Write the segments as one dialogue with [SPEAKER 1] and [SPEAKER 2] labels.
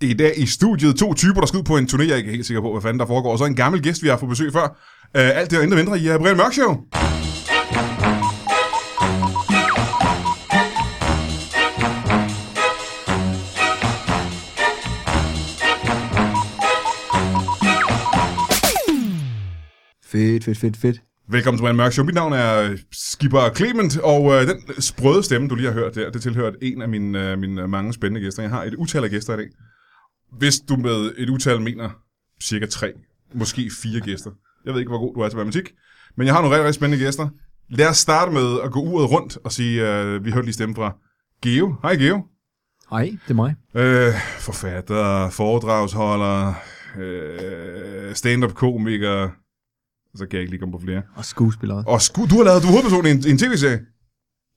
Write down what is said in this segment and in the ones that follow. [SPEAKER 1] Det er i dag i studiet to typer, der skal ud på en turné. Jeg er ikke helt sikker på, hvad fanden der foregår. Og så en gammel gæst, vi har fået besøg før. Øh, alt det og intet mindre i uh, Brian Mørk Show.
[SPEAKER 2] Fedt, fedt, fedt, fedt.
[SPEAKER 1] Velkommen til Brian Mørk Show. Mit navn er øh, Skipper Clement, og øh, den sprøde stemme, du lige har hørt der, det tilhører en af mine, øh, mine øh, mange spændende gæster. Jeg har et utal af gæster i dag. Hvis du med et utal mener cirka tre, måske fire gæster. Jeg ved ikke, hvor god du er til matematik, men jeg har nogle rigtig, rigtig spændende gæster. Lad os starte med at gå uret rundt og sige, øh, vi hørte lige stemme fra Geo. Hej Geo.
[SPEAKER 2] Hej, det er mig.
[SPEAKER 1] Øh, forfatter, foredragsholder, øh, stand-up-komiker. Så kan jeg ikke lige komme på flere.
[SPEAKER 2] Og skuespiller.
[SPEAKER 1] Og sku, du har lavet, du er hovedpersonen i en, i en tv-serie.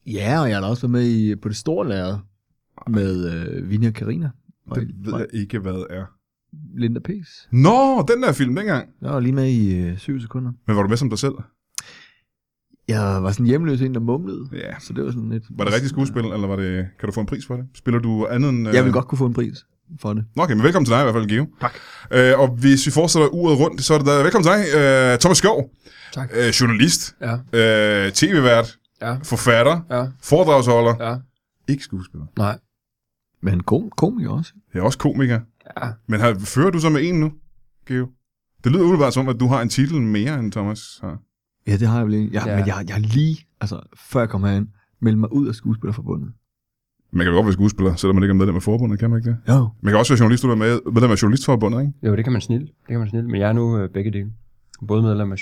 [SPEAKER 2] Ja, og jeg har da også været med i, på det store lærred med øh, Vinja Karina og
[SPEAKER 1] Det ved jeg ikke, hvad det er.
[SPEAKER 2] Linda Pes.
[SPEAKER 1] Nå, den der film dengang.
[SPEAKER 2] Jeg var lige med i øh, syv sekunder.
[SPEAKER 1] Men var du med som dig selv?
[SPEAKER 2] Jeg var sådan hjemløs en, der mumlede.
[SPEAKER 1] Ja.
[SPEAKER 2] Så det var sådan lidt...
[SPEAKER 1] Var det rigtig skuespil, eller var det, kan du få en pris for det? Spiller du andet end... øh-
[SPEAKER 2] Jeg ville godt kunne få en pris for det.
[SPEAKER 1] Nå, okay, men velkommen til dig i hvert fald, Geo.
[SPEAKER 2] Tak.
[SPEAKER 1] Øh, og hvis vi fortsætter uret rundt, så er det der... Velkommen til dig, øh, Thomas Skov.
[SPEAKER 3] Tak.
[SPEAKER 1] Øh, journalist.
[SPEAKER 3] Ja.
[SPEAKER 1] Øh, tv-vært.
[SPEAKER 3] Ja.
[SPEAKER 1] Forfatter.
[SPEAKER 3] Ja.
[SPEAKER 1] Foredragsholder.
[SPEAKER 3] Ja.
[SPEAKER 1] Ikke skuespiller.
[SPEAKER 3] Nej.
[SPEAKER 2] Men kom, komiker også.
[SPEAKER 1] Jeg er også komiker.
[SPEAKER 3] Ja.
[SPEAKER 1] Men har, fører du så med en nu, Geo? Det lyder umiddelbart som, at du har en titel mere end Thomas har.
[SPEAKER 2] Ja, det har jeg vel ikke. Jeg,
[SPEAKER 3] Ja.
[SPEAKER 2] Men jeg, jeg har lige, altså før jeg kom herind, meldt mig ud af skuespillerforbundet.
[SPEAKER 1] Man kan jo godt være skuespiller, selvom man ikke er medlem af forbundet, kan man ikke det?
[SPEAKER 2] Jo.
[SPEAKER 1] Man kan også være journalist, du er med, medlem af Journalistforbundet, ikke?
[SPEAKER 3] Jo, det kan man snille. Det kan man snille. Men jeg er nu øh, begge dele. Både medlem af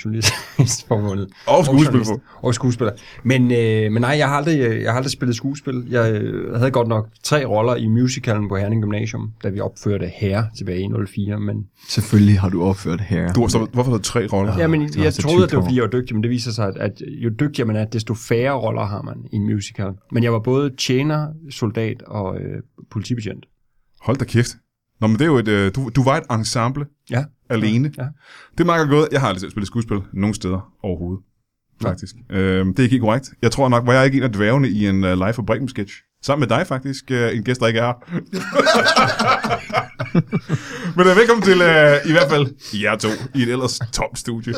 [SPEAKER 3] Journalistforbundet
[SPEAKER 1] Og
[SPEAKER 3] journalist.
[SPEAKER 1] skuespiller.
[SPEAKER 3] og skuespiller. Men, øh, men nej, jeg har, aldrig, øh, jeg har aldrig spillet skuespil. Jeg øh, havde godt nok tre roller i musicalen på Herning Gymnasium, da vi opførte Herre tilbage i 04. Men,
[SPEAKER 2] Selvfølgelig har du opført her.
[SPEAKER 1] Du har stoppet, hvorfor har du tre roller?
[SPEAKER 3] ja, men
[SPEAKER 2] det var
[SPEAKER 3] jeg
[SPEAKER 2] så
[SPEAKER 3] troede, at
[SPEAKER 2] tykt
[SPEAKER 3] det var,
[SPEAKER 2] hår.
[SPEAKER 3] fordi jeg var dygtig, men det viser sig, at, at jo dygtigere man er, desto færre roller har man i en musical. Men jeg var både tjener, soldat og øh, politibetjent.
[SPEAKER 1] Hold da kæft. Nå, men det er jo et, øh, du, du var et ensemble
[SPEAKER 3] Ja.
[SPEAKER 1] alene.
[SPEAKER 3] Ja.
[SPEAKER 1] Det er meget godt gået. Jeg har aldrig selv spillet skuespil nogen steder overhovedet, faktisk. Øhm, det er ikke helt korrekt. Jeg tror nok, var jeg ikke en af dværgene i en uh, live for Bremen sketch. Sammen med dig faktisk, øh, en gæst, der ikke er her. Men øh, velkommen til, øh, i hvert fald, jer to, i et ellers tomt studie.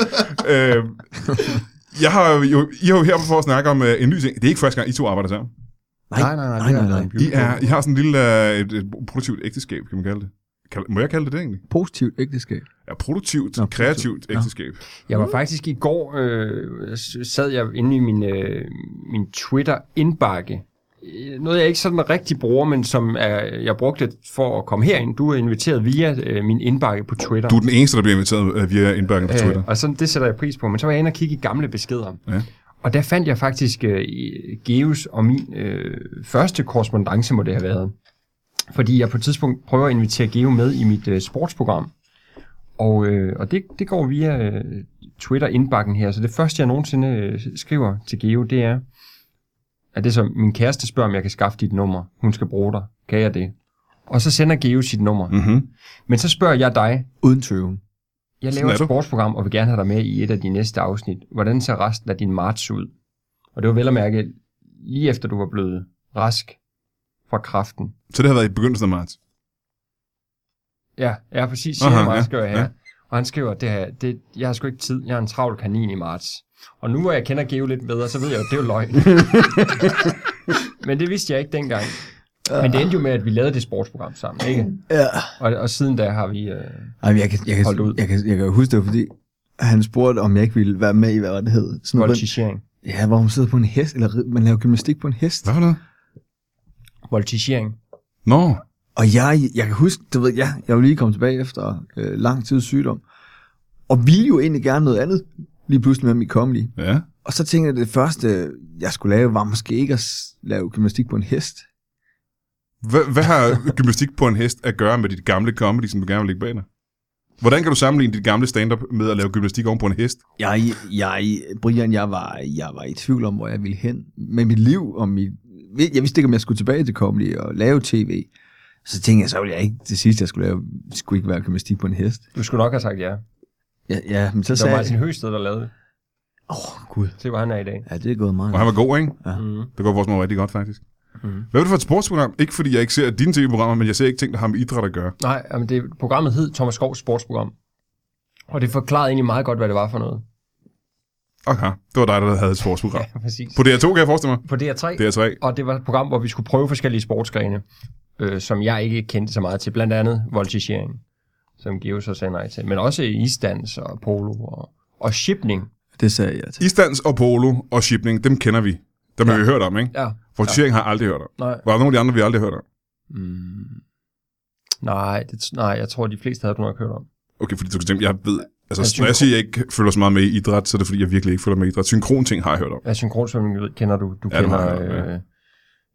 [SPEAKER 1] øh, jeg har jo, I er jo her for at snakke om øh, en ny ting. Det er ikke første gang, I to arbejder sammen.
[SPEAKER 2] Nej, nej, nej, nej, nej.
[SPEAKER 1] I, er, I har sådan en lille, øh, et, et produktivt ægteskab, kan man kalde det. Kan, må jeg kalde det det egentlig?
[SPEAKER 2] Positivt ægteskab.
[SPEAKER 1] Ja, produktivt,
[SPEAKER 2] Nå,
[SPEAKER 1] Nå,
[SPEAKER 2] produktivt.
[SPEAKER 1] kreativt
[SPEAKER 2] Nå.
[SPEAKER 1] ægteskab.
[SPEAKER 3] Jeg var faktisk i går, øh, s- sad jeg inde i min, øh, min Twitter-indbakke. Øh, Noget, jeg ikke sådan rigtig bruger, men som er, jeg brugte for at komme herind. Du er inviteret via øh, min indbakke på Twitter.
[SPEAKER 1] Du er den eneste, der bliver inviteret øh, via indbakken på Twitter.
[SPEAKER 3] Øh, og sådan, det sætter jeg pris på. Men så var jeg inde og kigge i gamle beskeder.
[SPEAKER 1] Ja.
[SPEAKER 3] Og der fandt jeg faktisk øh, i- Geus og min øh, første korrespondence må det have været. Fordi jeg på et tidspunkt prøver at invitere Geo med i mit øh, sportsprogram. Og, øh, og det, det går via øh, Twitter-indbakken her. Så det første, jeg nogensinde øh, skriver til Geo, det er, at det er så, min kæreste spørger, om jeg kan skaffe dit nummer. Hun skal bruge dig. Kan jeg det? Og så sender Geo sit nummer. Mm.
[SPEAKER 1] Mm-hmm.
[SPEAKER 3] Men så spørger jeg dig,
[SPEAKER 2] Uden tøven.
[SPEAKER 3] jeg
[SPEAKER 1] Sådan
[SPEAKER 3] laver
[SPEAKER 1] er
[SPEAKER 3] et
[SPEAKER 1] du.
[SPEAKER 3] sportsprogram, og vil gerne have dig med i et af de næste afsnit. Hvordan ser resten af din marts ud? Og det var vel at mærke, lige efter du var blevet rask fra kraften.
[SPEAKER 1] Så det har været i begyndelsen af marts.
[SPEAKER 3] Ja, ja præcis.
[SPEAKER 1] Aha,
[SPEAKER 3] Siger han,
[SPEAKER 1] ja,
[SPEAKER 3] ja, skriver jeg her.
[SPEAKER 1] ja.
[SPEAKER 3] Ja. Og han skriver, det her, det, jeg har sgu ikke tid, jeg er en travl kanin i marts. Og nu hvor jeg kender Geo lidt bedre, så ved jeg jo, at det er jo løgn. Men det vidste jeg ikke dengang. Men det endte jo med, at vi lavede det sportsprogram sammen, ikke?
[SPEAKER 2] Ja.
[SPEAKER 3] Og, og siden da har vi... Øh,
[SPEAKER 2] Ej, men jeg kan, jeg, kan,
[SPEAKER 3] Holdt ud.
[SPEAKER 2] jeg, kan, jeg kan jo huske det, var, fordi han spurgte, om jeg ikke ville være med i, hvad var det hed? Sådan noget,
[SPEAKER 3] voltigering.
[SPEAKER 2] ja, hvor hun sidder på en hest, eller rid- man laver gymnastik på en hest.
[SPEAKER 1] Hvad for noget?
[SPEAKER 3] Voltigering.
[SPEAKER 1] Nå,
[SPEAKER 2] Og jeg, jeg kan huske, du ved, ja, jeg var lige kommet tilbage efter øh, lang tids sygdom, og ville jo egentlig gerne noget andet, lige pludselig med mit comedy.
[SPEAKER 1] ja.
[SPEAKER 2] Og så tænkte jeg, at det første, jeg skulle lave, var måske ikke at s- lave gymnastik på en hest.
[SPEAKER 1] Hvad, hvad har gymnastik på en hest at gøre med dit gamle comedy, som du gerne vil lægge bag dig? Hvordan kan du sammenligne dit gamle stand-up med at lave gymnastik oven på en hest?
[SPEAKER 2] Jeg, jeg, Brian, jeg var, jeg var i tvivl om, hvor jeg ville hen med mit liv. Og mit, jeg vidste ikke, om jeg skulle tilbage til comedy og lave tv. Så tænkte jeg, så ville jeg ikke til sidst, jeg skulle, lave, skulle ikke være gymnastik på en hest.
[SPEAKER 3] Du skulle nok have sagt ja.
[SPEAKER 2] Ja, ja men så
[SPEAKER 3] Det var
[SPEAKER 2] sagde jeg...
[SPEAKER 3] Martin Høsted, der lavede det.
[SPEAKER 2] Åh, oh, gud.
[SPEAKER 3] Se, hvor han er i dag.
[SPEAKER 2] Ja, det er gået meget.
[SPEAKER 1] Og han var god, ikke?
[SPEAKER 2] Ja.
[SPEAKER 3] Mm.
[SPEAKER 1] Det går vores mor rigtig godt, faktisk. Mm. Hvad er det for et sportsprogram? Ikke fordi jeg ikke ser dine tv-programmer, men jeg ser ikke ting, der har med idræt at gøre.
[SPEAKER 3] Nej, jamen det, programmet hed Thomas Skovs sportsprogram. Og det forklarede egentlig meget godt, hvad det var for noget.
[SPEAKER 1] Okay, det var dig, der havde et sportsprogram.
[SPEAKER 3] Præcis.
[SPEAKER 1] På DR2 kan jeg forestille mig.
[SPEAKER 3] På DR3.
[SPEAKER 1] DR3.
[SPEAKER 3] Og det var et program, hvor vi skulle prøve forskellige sportsgrene, øh, som jeg ikke kendte så meget til. Blandt andet voltigering, som Geo så sagde nej til. Men også isdans og polo og, og shipning.
[SPEAKER 2] Det sagde jeg til.
[SPEAKER 1] Isdans og polo og shipning, dem kender vi. Dem har vi hørt om, ikke?
[SPEAKER 3] Ja,
[SPEAKER 1] Fortering har jeg aldrig hørt om.
[SPEAKER 3] nej.
[SPEAKER 1] Var der nogle af de andre, vi aldrig hørt om?
[SPEAKER 2] Mm.
[SPEAKER 3] Nej, det, nej, jeg tror, de fleste havde du nok hørt om.
[SPEAKER 1] Okay, fordi du kan tænke, jeg ved... Altså,
[SPEAKER 3] Ja,
[SPEAKER 1] ja, når jeg
[SPEAKER 3] synkron-
[SPEAKER 1] siger, at jeg ikke følger så meget med i idræt, så er det fordi, jeg virkelig ikke følger med i idræt. Synkron ting har jeg hørt om.
[SPEAKER 3] Ja, synkronsvømning ved- kender du. Du
[SPEAKER 1] Ja, det har
[SPEAKER 3] kender...
[SPEAKER 1] jeg hørt,
[SPEAKER 3] øh,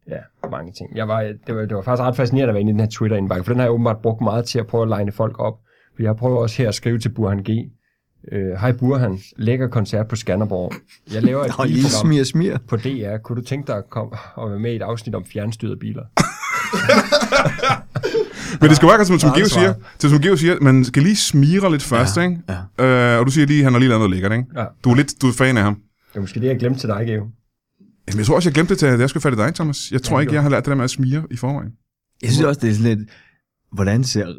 [SPEAKER 3] ja, mange ting. Jeg var, det, var, det var faktisk ret fascinerende at være inde i den her Twitter-indbakke, for den har jeg åbenbart brugt meget til at prøve at line folk op. For jeg prøver også her at skrive til Burhan G. Øh, Hej Burhan, lækker koncert på Skanderborg. Jeg laver et
[SPEAKER 2] Og lille
[SPEAKER 3] bilprogram
[SPEAKER 2] smir, smir.
[SPEAKER 3] på DR. Kunne du tænke dig at komme og være med i et afsnit om fjernstyrede biler?
[SPEAKER 1] Men det skal være, som, som
[SPEAKER 3] Nej,
[SPEAKER 1] Geo
[SPEAKER 3] det
[SPEAKER 1] siger,
[SPEAKER 3] svarer.
[SPEAKER 1] til, som Geo siger, man skal lige smire lidt først, ja, ikke? Ja. Øh, og du siger lige, at han har lige lavet noget lækkert, ikke?
[SPEAKER 3] Ja.
[SPEAKER 1] Du er lidt du er fan af ham.
[SPEAKER 3] Det er måske det, jeg glemte til dig, Geo.
[SPEAKER 1] Jamen, jeg tror også, jeg glemte det til, da jeg skulle fatte dig, Thomas. Jeg tror
[SPEAKER 3] Ja,
[SPEAKER 1] ikke,
[SPEAKER 3] jo.
[SPEAKER 1] jeg har lært det der med at smire i forvejen.
[SPEAKER 2] Jeg synes også, det er sådan lidt, hvordan ser,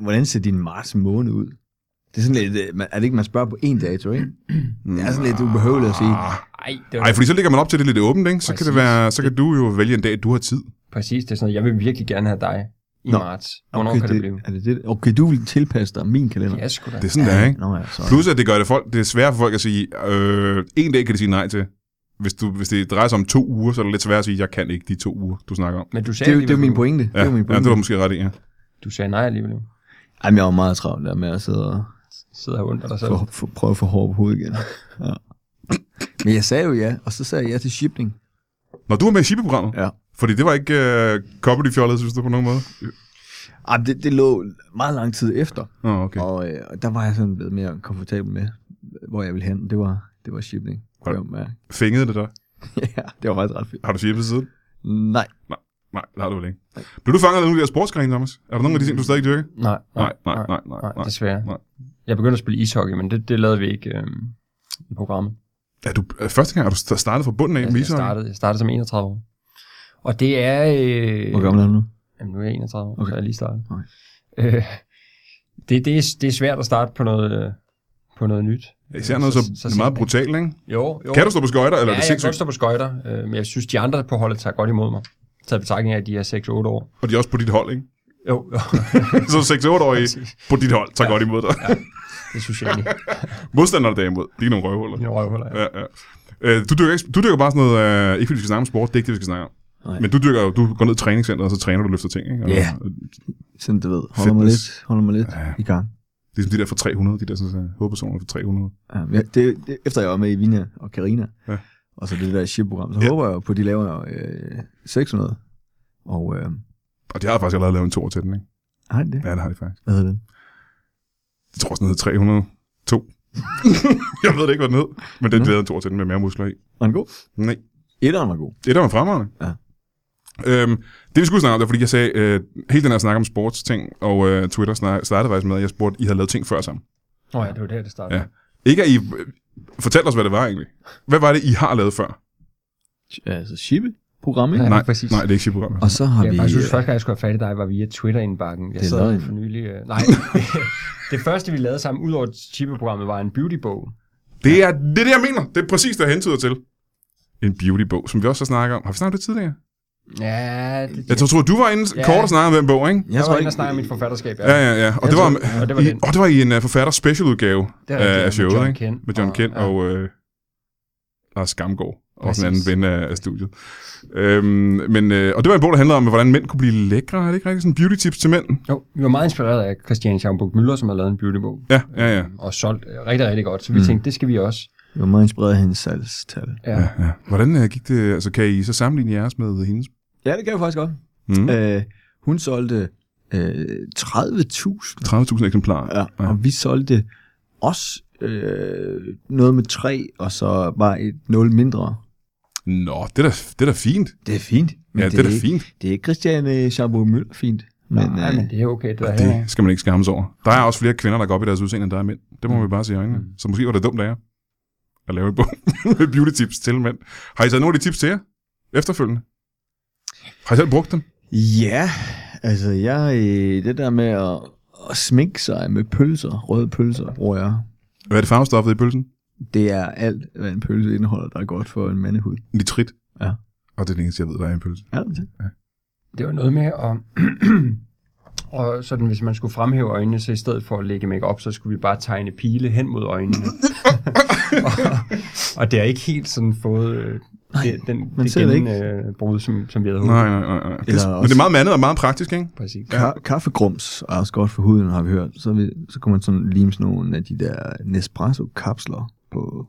[SPEAKER 2] hvordan ser din marts måned ud? Det er sådan lidt, øh, man- er det ikke, man spørger på en dato, ikke?
[SPEAKER 1] Mm.
[SPEAKER 2] Det er sådan lidt ubehøveligt at sige.
[SPEAKER 3] Ej, det var
[SPEAKER 1] Nej, Ah. fordi så ligger man op til det lidt åbent, ikke? Så kan, det
[SPEAKER 3] Præcis.
[SPEAKER 1] være, så kan du jo vælge en dag, du har tid.
[SPEAKER 3] præcis det er sådan noget. Jeg vil virkelig gerne have dig i
[SPEAKER 2] Nå.
[SPEAKER 3] marts. Hvornår kan det, blive?
[SPEAKER 2] Er det det? Okay, du vil tilpasse dig min kalender.
[SPEAKER 3] Ja, sgu da.
[SPEAKER 1] Det er sådan, ja. det er, ikke?
[SPEAKER 2] Nå ja, så.
[SPEAKER 1] Plus, at det gør det, folk, det er svært for folk at sige, øh, en dag kan de sige nej til. Hvis, du, hvis det drejer sig om to uger, så er det lidt svært at sige, jeg kan ikke de to uger, du snakker om.
[SPEAKER 3] Men du
[SPEAKER 2] Det,
[SPEAKER 3] sagde
[SPEAKER 2] er jo- det
[SPEAKER 3] alligevel,
[SPEAKER 2] er jo min pointe. Det
[SPEAKER 1] Ja,
[SPEAKER 2] er jo min
[SPEAKER 1] ja, det
[SPEAKER 2] pointe.
[SPEAKER 1] var måske ret i, ja.
[SPEAKER 3] Du sagde nej alligevel.
[SPEAKER 2] Jamen, jeg var meget travlt der med at sidde og
[SPEAKER 3] Sidder her under dig selv.
[SPEAKER 2] for, for, prøve at få hår på hovedet igen. Ja. Men jeg sagde jo ja, og så sagde jeg ja til shipning.
[SPEAKER 1] Når du var med i Shippe-programmet,
[SPEAKER 2] Ja.
[SPEAKER 1] fordi det var ikke øh, comedy-fjollet, synes du, på nogen måde?
[SPEAKER 2] Ej, det, det lå meget lang tid efter,
[SPEAKER 1] Nå, okay.
[SPEAKER 2] og, øh, og der var jeg sådan blevet mere komfortabel med, hvor jeg ville hen. Det var, det var shipning.
[SPEAKER 1] Hvordan?
[SPEAKER 2] Kunne jeg mærke.
[SPEAKER 1] Fængede det dig?
[SPEAKER 2] ja, det var faktisk ret fedt.
[SPEAKER 1] Har du shippet siden?
[SPEAKER 2] Nej,
[SPEAKER 1] Nej, det har du vel ikke. Blev du fanget af nogle af de der sportsgrene, Thomas? Er der nogle af de ting, du stadig dyrker?
[SPEAKER 3] Nej,
[SPEAKER 1] Nej, nej, nej, nej,
[SPEAKER 3] nej,
[SPEAKER 1] nej.
[SPEAKER 3] desværre.
[SPEAKER 1] nej.
[SPEAKER 3] Nej. Jeg begyndte at spille ishockey, men det, det lavede vi ikke øh, i programmet. Altså,
[SPEAKER 1] Er du, øh, første gang er du sta- startet fra bunden af
[SPEAKER 3] Jeg,
[SPEAKER 1] med
[SPEAKER 3] jeg,
[SPEAKER 1] ishockey?
[SPEAKER 3] startede, jeg startede som 31 år. Og det er... Øh,
[SPEAKER 2] hvor gammel er du nu?
[SPEAKER 3] Jamen, nu er jeg 31 år, okay.
[SPEAKER 2] Okay.
[SPEAKER 3] så er jeg lige startet.
[SPEAKER 2] Okay.
[SPEAKER 3] Øh, det, det, er, det er svært at starte på noget, øh, på noget nyt.
[SPEAKER 1] Især noget så, så, så meget
[SPEAKER 3] sent.
[SPEAKER 1] brutalt, ikke?
[SPEAKER 3] Jo, jo.
[SPEAKER 1] Kan du stå på skøjter, eller
[SPEAKER 3] Ja,
[SPEAKER 1] er det
[SPEAKER 3] jeg kan godt
[SPEAKER 1] sindssygt?
[SPEAKER 3] stå på skøjter, øh, men jeg synes, de andre på holdet tager godt imod mig. Taget i betragtning af, at de er 6-8 år.
[SPEAKER 1] Og de er også på dit hold, ikke?
[SPEAKER 3] Jo, jo.
[SPEAKER 1] så 6-8-årige på dit hold tager ja. godt imod dig. Ja.
[SPEAKER 3] det synes jeg egentlig.
[SPEAKER 1] Modstanderne derimod, de er nogle røvhuller.
[SPEAKER 3] Mine røvhuller, ja.
[SPEAKER 1] Ja, ja. Øh, du, dyrker ikke, du dyrker bare sådan noget, øh, ikke fordi vi skal snakke om sport, det er ikke det, vi skal snakke om.
[SPEAKER 2] Nej.
[SPEAKER 1] Men du dyrker jo, du går ned i træningscenteret, og så træner du og løfter ting, ikke? Og-
[SPEAKER 2] Ja. Sådan, du ved, holder mig
[SPEAKER 1] Fitness.
[SPEAKER 2] lidt, holder mig lidt i gang.
[SPEAKER 1] Det er som de der for 300, de der sådan, øh, hovedpersoner for 300.
[SPEAKER 2] Ja, men jeg- det, det, efter jeg var med i Vina og Karina
[SPEAKER 1] Ja.
[SPEAKER 2] ja. og så det der shipprogram, så
[SPEAKER 1] Ja.
[SPEAKER 2] ja. håber jeg jo på, at de laver øh, 600. Og øh,
[SPEAKER 1] Og de har faktisk allerede lavet en tor til den, ikke?
[SPEAKER 2] har de det?
[SPEAKER 1] Ja, det har de faktisk.
[SPEAKER 2] Hvad hedder den?
[SPEAKER 1] Jeg tror sådan noget 302. jeg ved det ikke, hvad den hed, men den
[SPEAKER 2] Nå.
[SPEAKER 1] lavede en tor til den med mere muskler i.
[SPEAKER 2] Var den god?
[SPEAKER 1] Nej,
[SPEAKER 2] Etteren var god.
[SPEAKER 1] det der var fremragende.
[SPEAKER 2] Ja.
[SPEAKER 1] Øhm, det vi skulle snakke om, det var fordi jeg sagde, øh, hele den her snak om sportsting og øh, Twitter snak, startede faktisk med, at jeg spurgte, I havde lavet ting før sammen.
[SPEAKER 3] Nå ja, det var der, det startede.
[SPEAKER 1] Ja. Ikke at I... øh, Fortæl os, hvad det var egentlig. Hvad var det, I har lavet før?
[SPEAKER 2] Altså shippe-program, ikke?
[SPEAKER 3] Ja.
[SPEAKER 2] Ja.
[SPEAKER 1] nej,
[SPEAKER 3] præcis.
[SPEAKER 1] nej, det er ikke programmet.
[SPEAKER 2] Og så har
[SPEAKER 3] Ja,
[SPEAKER 2] vi...
[SPEAKER 3] vi, jeg
[SPEAKER 1] øh,
[SPEAKER 3] synes, første gang, jeg skulle have fat i dig, var via Twitter-indbakken. Jeg
[SPEAKER 2] Det er
[SPEAKER 3] sad
[SPEAKER 2] løgn.
[SPEAKER 3] for nylig... Øh, nej, det første, vi lavede sammen, ud over Chippe-programmet, var en beauty-bog.
[SPEAKER 1] Det er det, er det, jeg mener. Det er præcis det, jeg hentyder til. En beautybog, som vi også har snakket om. Har vi snakket om det tidligere?
[SPEAKER 3] Ja, det,
[SPEAKER 1] Jeg tror, tror du var inde
[SPEAKER 3] Ja.
[SPEAKER 1] kort og snakkede om den bog, ikke?
[SPEAKER 3] jeg, jeg var inde og snakke om mit forfatterskab.
[SPEAKER 1] Ja, ja, ja. Og, det var,
[SPEAKER 3] tror- og det var
[SPEAKER 1] i,
[SPEAKER 3] den.
[SPEAKER 1] og det var i en uh, forfatter specialudgave uh,
[SPEAKER 3] Det er rigtigt,
[SPEAKER 1] Øh, af
[SPEAKER 3] med
[SPEAKER 1] af showet,
[SPEAKER 3] John
[SPEAKER 1] ikke?
[SPEAKER 3] Kent
[SPEAKER 1] med John
[SPEAKER 3] og-
[SPEAKER 1] Kent
[SPEAKER 3] ja.
[SPEAKER 1] og, øh, Lars Skamgaard, også en anden
[SPEAKER 3] Præcis.
[SPEAKER 1] ven af, af studiet. Øhm, men, øh, og det var en bog, der handlede om, hvordan mænd kunne blive lækre. Er det ikke rigtigt? Sådan beauty tips til mænd?
[SPEAKER 3] Jo, vi var meget inspireret af Christian Schaumburg Müller, som har lavet en beauty-bog.
[SPEAKER 1] Ja, ja, ja.
[SPEAKER 3] Og solgt øh, rigtig, rigtig godt. Så vi mm. tænkte, det skal vi også.
[SPEAKER 2] Jeg var meget inspireret af hendes salgstal.
[SPEAKER 3] Ja.
[SPEAKER 1] Ja, ja. Hvordan øh, gik det? Altså, kan I så sammenligne jeres med hendes?
[SPEAKER 2] Ja, det kan jeg faktisk godt.
[SPEAKER 1] Mm.
[SPEAKER 2] Øh, hun solgte øh, 30.000
[SPEAKER 1] 30.000 eksemplarer.
[SPEAKER 2] Ja,
[SPEAKER 1] Ja.
[SPEAKER 2] og vi solgte også øh, noget med tre, og så bare et nul mindre.
[SPEAKER 1] Nå, det er da, det er da fint.
[SPEAKER 2] Det er fint.
[SPEAKER 1] Men ja, det, det er da
[SPEAKER 2] ikke,
[SPEAKER 1] fint.
[SPEAKER 2] Det er ikke Christiane Schamburg Møller fint. Men,
[SPEAKER 3] Nej,
[SPEAKER 2] øh,
[SPEAKER 3] men det er okay, det der
[SPEAKER 1] Det
[SPEAKER 3] her.
[SPEAKER 1] skal man ikke skammes over. Der er også flere kvinder, der går op i deres udseende, end der er mænd. Det må vi bare sige i øjnene. Så måske var det dumt af jer at lave en bog med beauty tips til mænd. Har I taget nogle af de tips til jer efterfølgende? Har I selv brugt dem?
[SPEAKER 2] øh, Ja, altså jeg, øh, det der med at, at sminke sig med pølser, røde pølser, bruger jeg.
[SPEAKER 1] Hvad er det farvestoffet i pølsen?
[SPEAKER 2] Det er alt, hvad en pølse indeholder, der er godt for en mandehud.
[SPEAKER 1] Nitrit.
[SPEAKER 2] Ja.
[SPEAKER 1] Og det er det eneste, jeg ved, der er i en pølse.
[SPEAKER 2] Er det det?
[SPEAKER 3] Det var noget med at... og sådan, hvis man skulle fremhæve øjnene, så i stedet for at lægge makeup, så skulle vi bare tegne pile hen mod øjnene. og, og det har ikke helt sådan fået øh, det, den,
[SPEAKER 2] man
[SPEAKER 3] det
[SPEAKER 2] ser det
[SPEAKER 3] gen, øh, brud, som, som vi havde håbet.
[SPEAKER 1] Nej, nej, nej. nej. Det,
[SPEAKER 2] Eller
[SPEAKER 1] er- men
[SPEAKER 2] også-
[SPEAKER 1] det er meget mandet og meget praktisk, ikke?
[SPEAKER 3] Præcis.
[SPEAKER 2] Ka- kaffegrums er også godt for huden, har vi hørt. Så, vi, så kunne man sådan lime sådan nogle af de der Nespresso-kapsler på,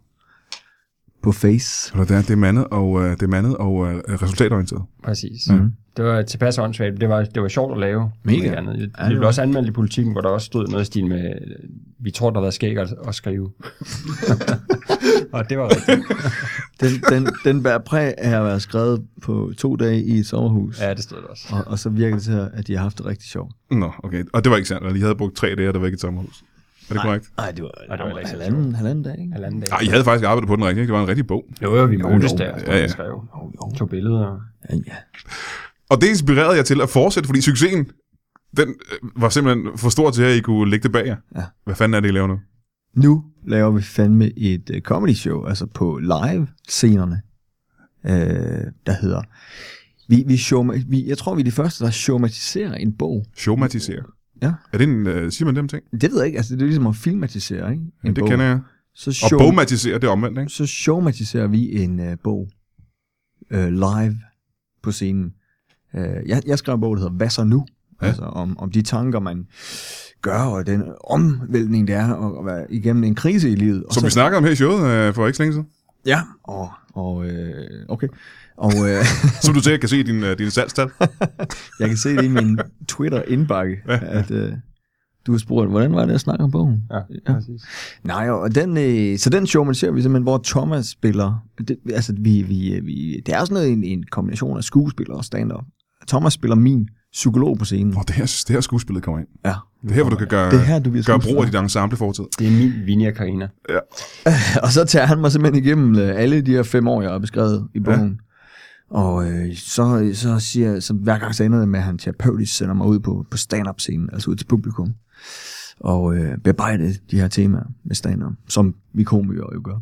[SPEAKER 2] på face.
[SPEAKER 1] Eller det er, det er mandet og, øh, det er mandet og øh, resultatorienteret.
[SPEAKER 3] Præcis.
[SPEAKER 1] Mhm.
[SPEAKER 3] Mm. Det var tilpas åndssvagt. Det var, det var sjovt at lave.
[SPEAKER 2] Mega.
[SPEAKER 3] Ikke Andet. Det,
[SPEAKER 2] Ja, det
[SPEAKER 3] det blev
[SPEAKER 2] var-
[SPEAKER 3] også anmeldt i politikken, hvor der også stod noget i stil med, øh, vi tror, der har været skæg at, at skrive. og det var rigtigt.
[SPEAKER 2] Den, den, den bærer præg af at være skrevet på to dage i et sommerhus.
[SPEAKER 3] Ja, det stod der også.
[SPEAKER 2] Og, og så virker det til, at de har haft det rigtig sjovt.
[SPEAKER 1] Nå, okay. Og det var ikke sandt, eller I havde brugt tre dage, og der var ikke et sommerhus. Er det korrekt?
[SPEAKER 2] Nej, det var,
[SPEAKER 3] var heller ikke så
[SPEAKER 2] halvanden, halvanden dag, ikke?
[SPEAKER 3] Halvanden dag.
[SPEAKER 1] Nej, I havde faktisk arbejdet på den rigtigt, ikke? Det var en rigtig bog.
[SPEAKER 3] Jo, jo, vi
[SPEAKER 2] Jo,
[SPEAKER 3] mødtes
[SPEAKER 2] jo.
[SPEAKER 3] der,
[SPEAKER 1] Ja,
[SPEAKER 3] ja,
[SPEAKER 1] ja.
[SPEAKER 3] ja. skrev. Jo, jo. Tog billeder.
[SPEAKER 2] Ja, ja.
[SPEAKER 1] Og det inspirerede jeg til at fortsætte, fordi succesen, den øh, var simpelthen for stor til, at I kunne lægge det bag jer.
[SPEAKER 2] Ja.
[SPEAKER 1] Hvad fanden er det, I laver nu?
[SPEAKER 2] Nu laver vi fandme et uh, comedy show, altså på live-scenerne, øh, der hedder... Vi, vi showma- vi, jeg tror, vi er de første, der showmatiserer en bog.
[SPEAKER 1] Showmatisere.
[SPEAKER 2] Ja.
[SPEAKER 1] Er det en, øh, siger man dem ting?
[SPEAKER 2] Det ved jeg ikke, altså det er ligesom at filmatisere, ikke? En
[SPEAKER 1] Ja, det
[SPEAKER 2] bog.
[SPEAKER 1] kender jeg.
[SPEAKER 2] Så,
[SPEAKER 1] Og
[SPEAKER 2] show,
[SPEAKER 1] bogmatisere, det er omvendt, ikke?
[SPEAKER 2] så showmatiserer vi en uh, bog uh, live på scenen. Uh, jeg, jeg skrev en bog, der hedder Hvad så nu?
[SPEAKER 1] Ja.
[SPEAKER 2] Ja. Altså om, om de tanker, man gør, og den omvæltning, det er at, at være igennem en krise i livet. Og
[SPEAKER 1] Som vi
[SPEAKER 2] så,
[SPEAKER 1] snakker om her i showet øh, for ikke så længe siden.
[SPEAKER 2] ja, og, og øh, okay. Og øh,
[SPEAKER 1] Som du sikkert kan se i din, øh, dine salgstal.
[SPEAKER 2] jeg kan se det i min Twitter-indbakke, at øh, du har spurgt, hvordan var det at snakke om bogen?
[SPEAKER 3] Ja,
[SPEAKER 2] Ja.
[SPEAKER 3] præcis.
[SPEAKER 2] Nej, og den, øh, så den show, man ser vi simpelthen, hvor Thomas spiller, det, altså vi, vi, øh, vi, det er sådan noget en, en kombination af skuespiller og stand-up. Thomas spiller min psykolog på scenen.
[SPEAKER 1] Nå, det her, det her skuespillet kommer ind.
[SPEAKER 2] Ja.
[SPEAKER 1] Det er her, hvor du kan gøre,
[SPEAKER 2] Det er her, du bliver
[SPEAKER 1] gøre Øh, brug
[SPEAKER 2] skuespiller.
[SPEAKER 1] af dit ensemble fortid.
[SPEAKER 3] Det er min Vinja Karina.
[SPEAKER 2] Og så tager han mig simpelthen igennem øh, alle de her fem år, jeg har beskrevet i bogen. Ja. Og øh, så, så siger så hver gang så ender det med, at han terapeutisk sender mig ud på, på stand-up-scenen, altså ud til publikum, og øh, bearbejde de her temaer med stand-up, som vi komikere jo gør.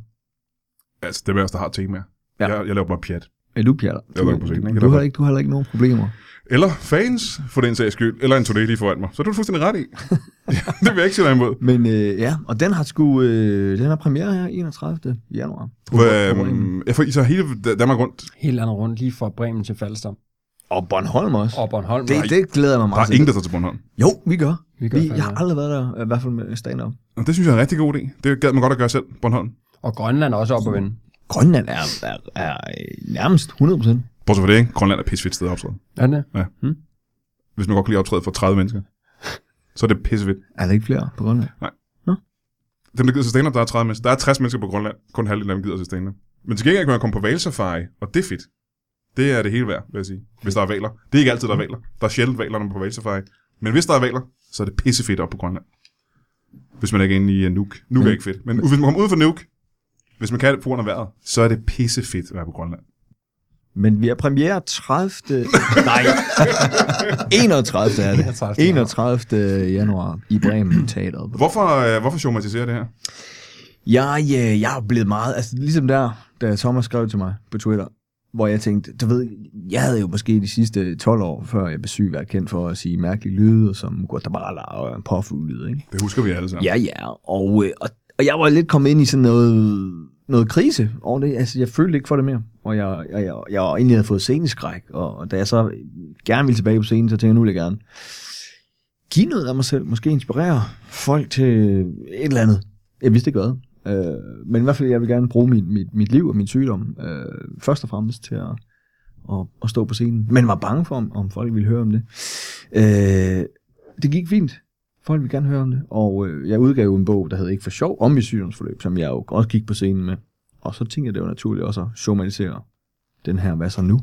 [SPEAKER 1] Altså, det er hvad jeg også, der har temaer. Ja.
[SPEAKER 2] Ja.
[SPEAKER 1] Jeg, jeg laver bare pjat.
[SPEAKER 2] Er du, Pjatter?
[SPEAKER 1] Jeg er godt på scenen, ikke?
[SPEAKER 2] du, du, har ikke, du har heller ikke nogen problemer.
[SPEAKER 1] Eller fans, for den sags skyld. Eller en turné lige foran mig. Så er du fuldstændig ret i. Ja, det vil jeg ikke sige dig imod.
[SPEAKER 2] Men øh, ja, og den har sgu, øh, den har premiere her 31. januar. På, på Bremen.
[SPEAKER 1] Øhm, Jeg får I så hele Danmark rundt.
[SPEAKER 3] Helt andet rundt, lige fra Bremen til Falster.
[SPEAKER 2] og Bornholm også. Og
[SPEAKER 3] Og Bornholm.
[SPEAKER 2] det, det glæder jeg mig
[SPEAKER 1] Der
[SPEAKER 2] meget
[SPEAKER 1] er ingen,
[SPEAKER 2] til.
[SPEAKER 1] der tager til Bornholm.
[SPEAKER 2] Jo, vi gør.
[SPEAKER 3] Vi
[SPEAKER 2] Vi
[SPEAKER 3] gør
[SPEAKER 2] gør vi,
[SPEAKER 3] fandme.
[SPEAKER 2] jeg har aldrig været der, i hvert fald med stand-up.
[SPEAKER 1] Og det synes jeg er en rigtig god idé. Det gad man godt at gøre selv, Bornholm.
[SPEAKER 3] Og Grønland er også op at vende.
[SPEAKER 2] Grønland er, er, er øh, nærmest 100%.
[SPEAKER 1] Bortset fra det, ikke? Grønland er pissefedt sted at optræde.
[SPEAKER 3] Er det?
[SPEAKER 1] Hvis man godt kan lide at optræde for 30 mennesker, så er det pissefedt.
[SPEAKER 2] Er der ikke flere på Grønland?
[SPEAKER 1] Dem, der gider til stand-up, der er 30 mennesker. Der er 60 mennesker på Grønland. Kun halvdelen af dem gider til stand-up. Men til gengæld kan man komme på valsafari, og det er fedt. Det er det hele værd, vil jeg sige. Hvis der er valer. Det er ikke altid, der er valer. Der er sjældent valer, når man er på valsafari. Men hvis der er valer, så er det pissefedt op på Grønland. Hvis man ikke er inde i uh, Nuuk. Nuuk er ikke fedt. Men hvis man kommer ud for Nuuk, hvis man kan det på grund af vejret, så er det pissefedt at være på Grønland.
[SPEAKER 2] Men vi har premiere 30. Nej, 31. er det.
[SPEAKER 3] 31.
[SPEAKER 2] 31. januar i Bremen Teateret.
[SPEAKER 1] Hvorfor, øh, hvorfor showmatiserer det her?
[SPEAKER 2] Jeg, øh, jeg er blevet meget, altså ligesom der, da Thomas skrev til mig på Twitter, hvor jeg tænkte, du ved, jeg havde jo måske de sidste 12 år, før jeg blev syg, været kendt for at sige mærkelige lyde, som guatemala og en påfuglyd, ikke?
[SPEAKER 1] Det husker vi alle sammen.
[SPEAKER 2] Ja, ja, og, øh, og, og jeg var lidt kommet ind i sådan noget, noget krise over det, altså jeg følte ikke for det mere, og jeg, jeg, jeg, jeg, jeg egentlig havde fået sceneskræk, og, og da jeg så gerne ville tilbage på scenen, så tænkte jeg, nu vil jeg gerne give noget af mig selv, måske inspirere folk til et eller andet. Jeg vidste ikke hvad. Øh, men i hvert fald, jeg vil gerne bruge mit, mit, mit liv og min sygdom øh, først og fremmest til at, at, at stå på scenen. Men var bange for, om, om folk ville høre om det. Øh, det gik fint. Folk ville gerne høre om det. Og øh, jeg udgav jo en bog, der hed Ikke for sjov, om mit sygdomsforløb, som jeg jo også gik på scenen med. Og så tænkte jeg, det var naturligt også at journalisere den her, hvad så nu?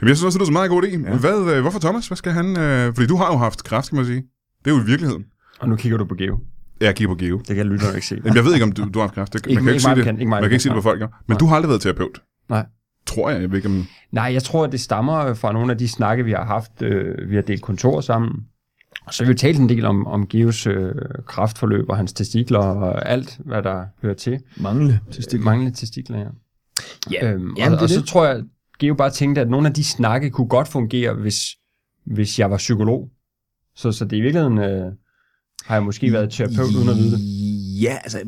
[SPEAKER 1] Jamen, jeg synes også, det er en meget god idé. Ja. Hvad, øh, hvorfor Thomas? Hvad skal han? Øh, fordi du har jo haft kræft, kan man sige. Det er jo i virkeligheden.
[SPEAKER 3] Og nu kigger du på Geo.
[SPEAKER 1] Jeg kigger på Geo.
[SPEAKER 3] Det kan lytterne ikke se.
[SPEAKER 1] Jamen, jeg ved ikke, om du, du har haft kræft. Det,
[SPEAKER 3] Ikke-
[SPEAKER 1] man kan
[SPEAKER 3] ikke
[SPEAKER 1] ikke sige
[SPEAKER 3] mig
[SPEAKER 1] det,
[SPEAKER 3] bekendt, ikke mig
[SPEAKER 1] man kan ikke sige det
[SPEAKER 3] bekendt,
[SPEAKER 1] på folk. jo. Men du har aldrig været terapeut.
[SPEAKER 3] Nej.
[SPEAKER 1] tror jeg. Jeg ved ikke, om...
[SPEAKER 3] Nej, jeg tror, at det stammer fra nogle af de snakke, vi har haft. Øh, vi har delt kontor sammen. Og så har vi jo talt en del om, om Geos øh, kraftforløb og hans testikler og alt, hvad der hører til.
[SPEAKER 2] Mangle til
[SPEAKER 3] Det manglende testikler, ja.
[SPEAKER 2] Ja,
[SPEAKER 3] Øhm,
[SPEAKER 2] jamen,
[SPEAKER 3] og,
[SPEAKER 2] det
[SPEAKER 3] og
[SPEAKER 2] er
[SPEAKER 3] så
[SPEAKER 2] det.
[SPEAKER 3] tror jeg, at Geo bare tænkte, at nogle af de snakke kunne godt fungere, hvis, hvis jeg var psykolog. Så, så det i virkeligheden øh, har jeg måske været terapeut uden at vide det.
[SPEAKER 2] Ja, altså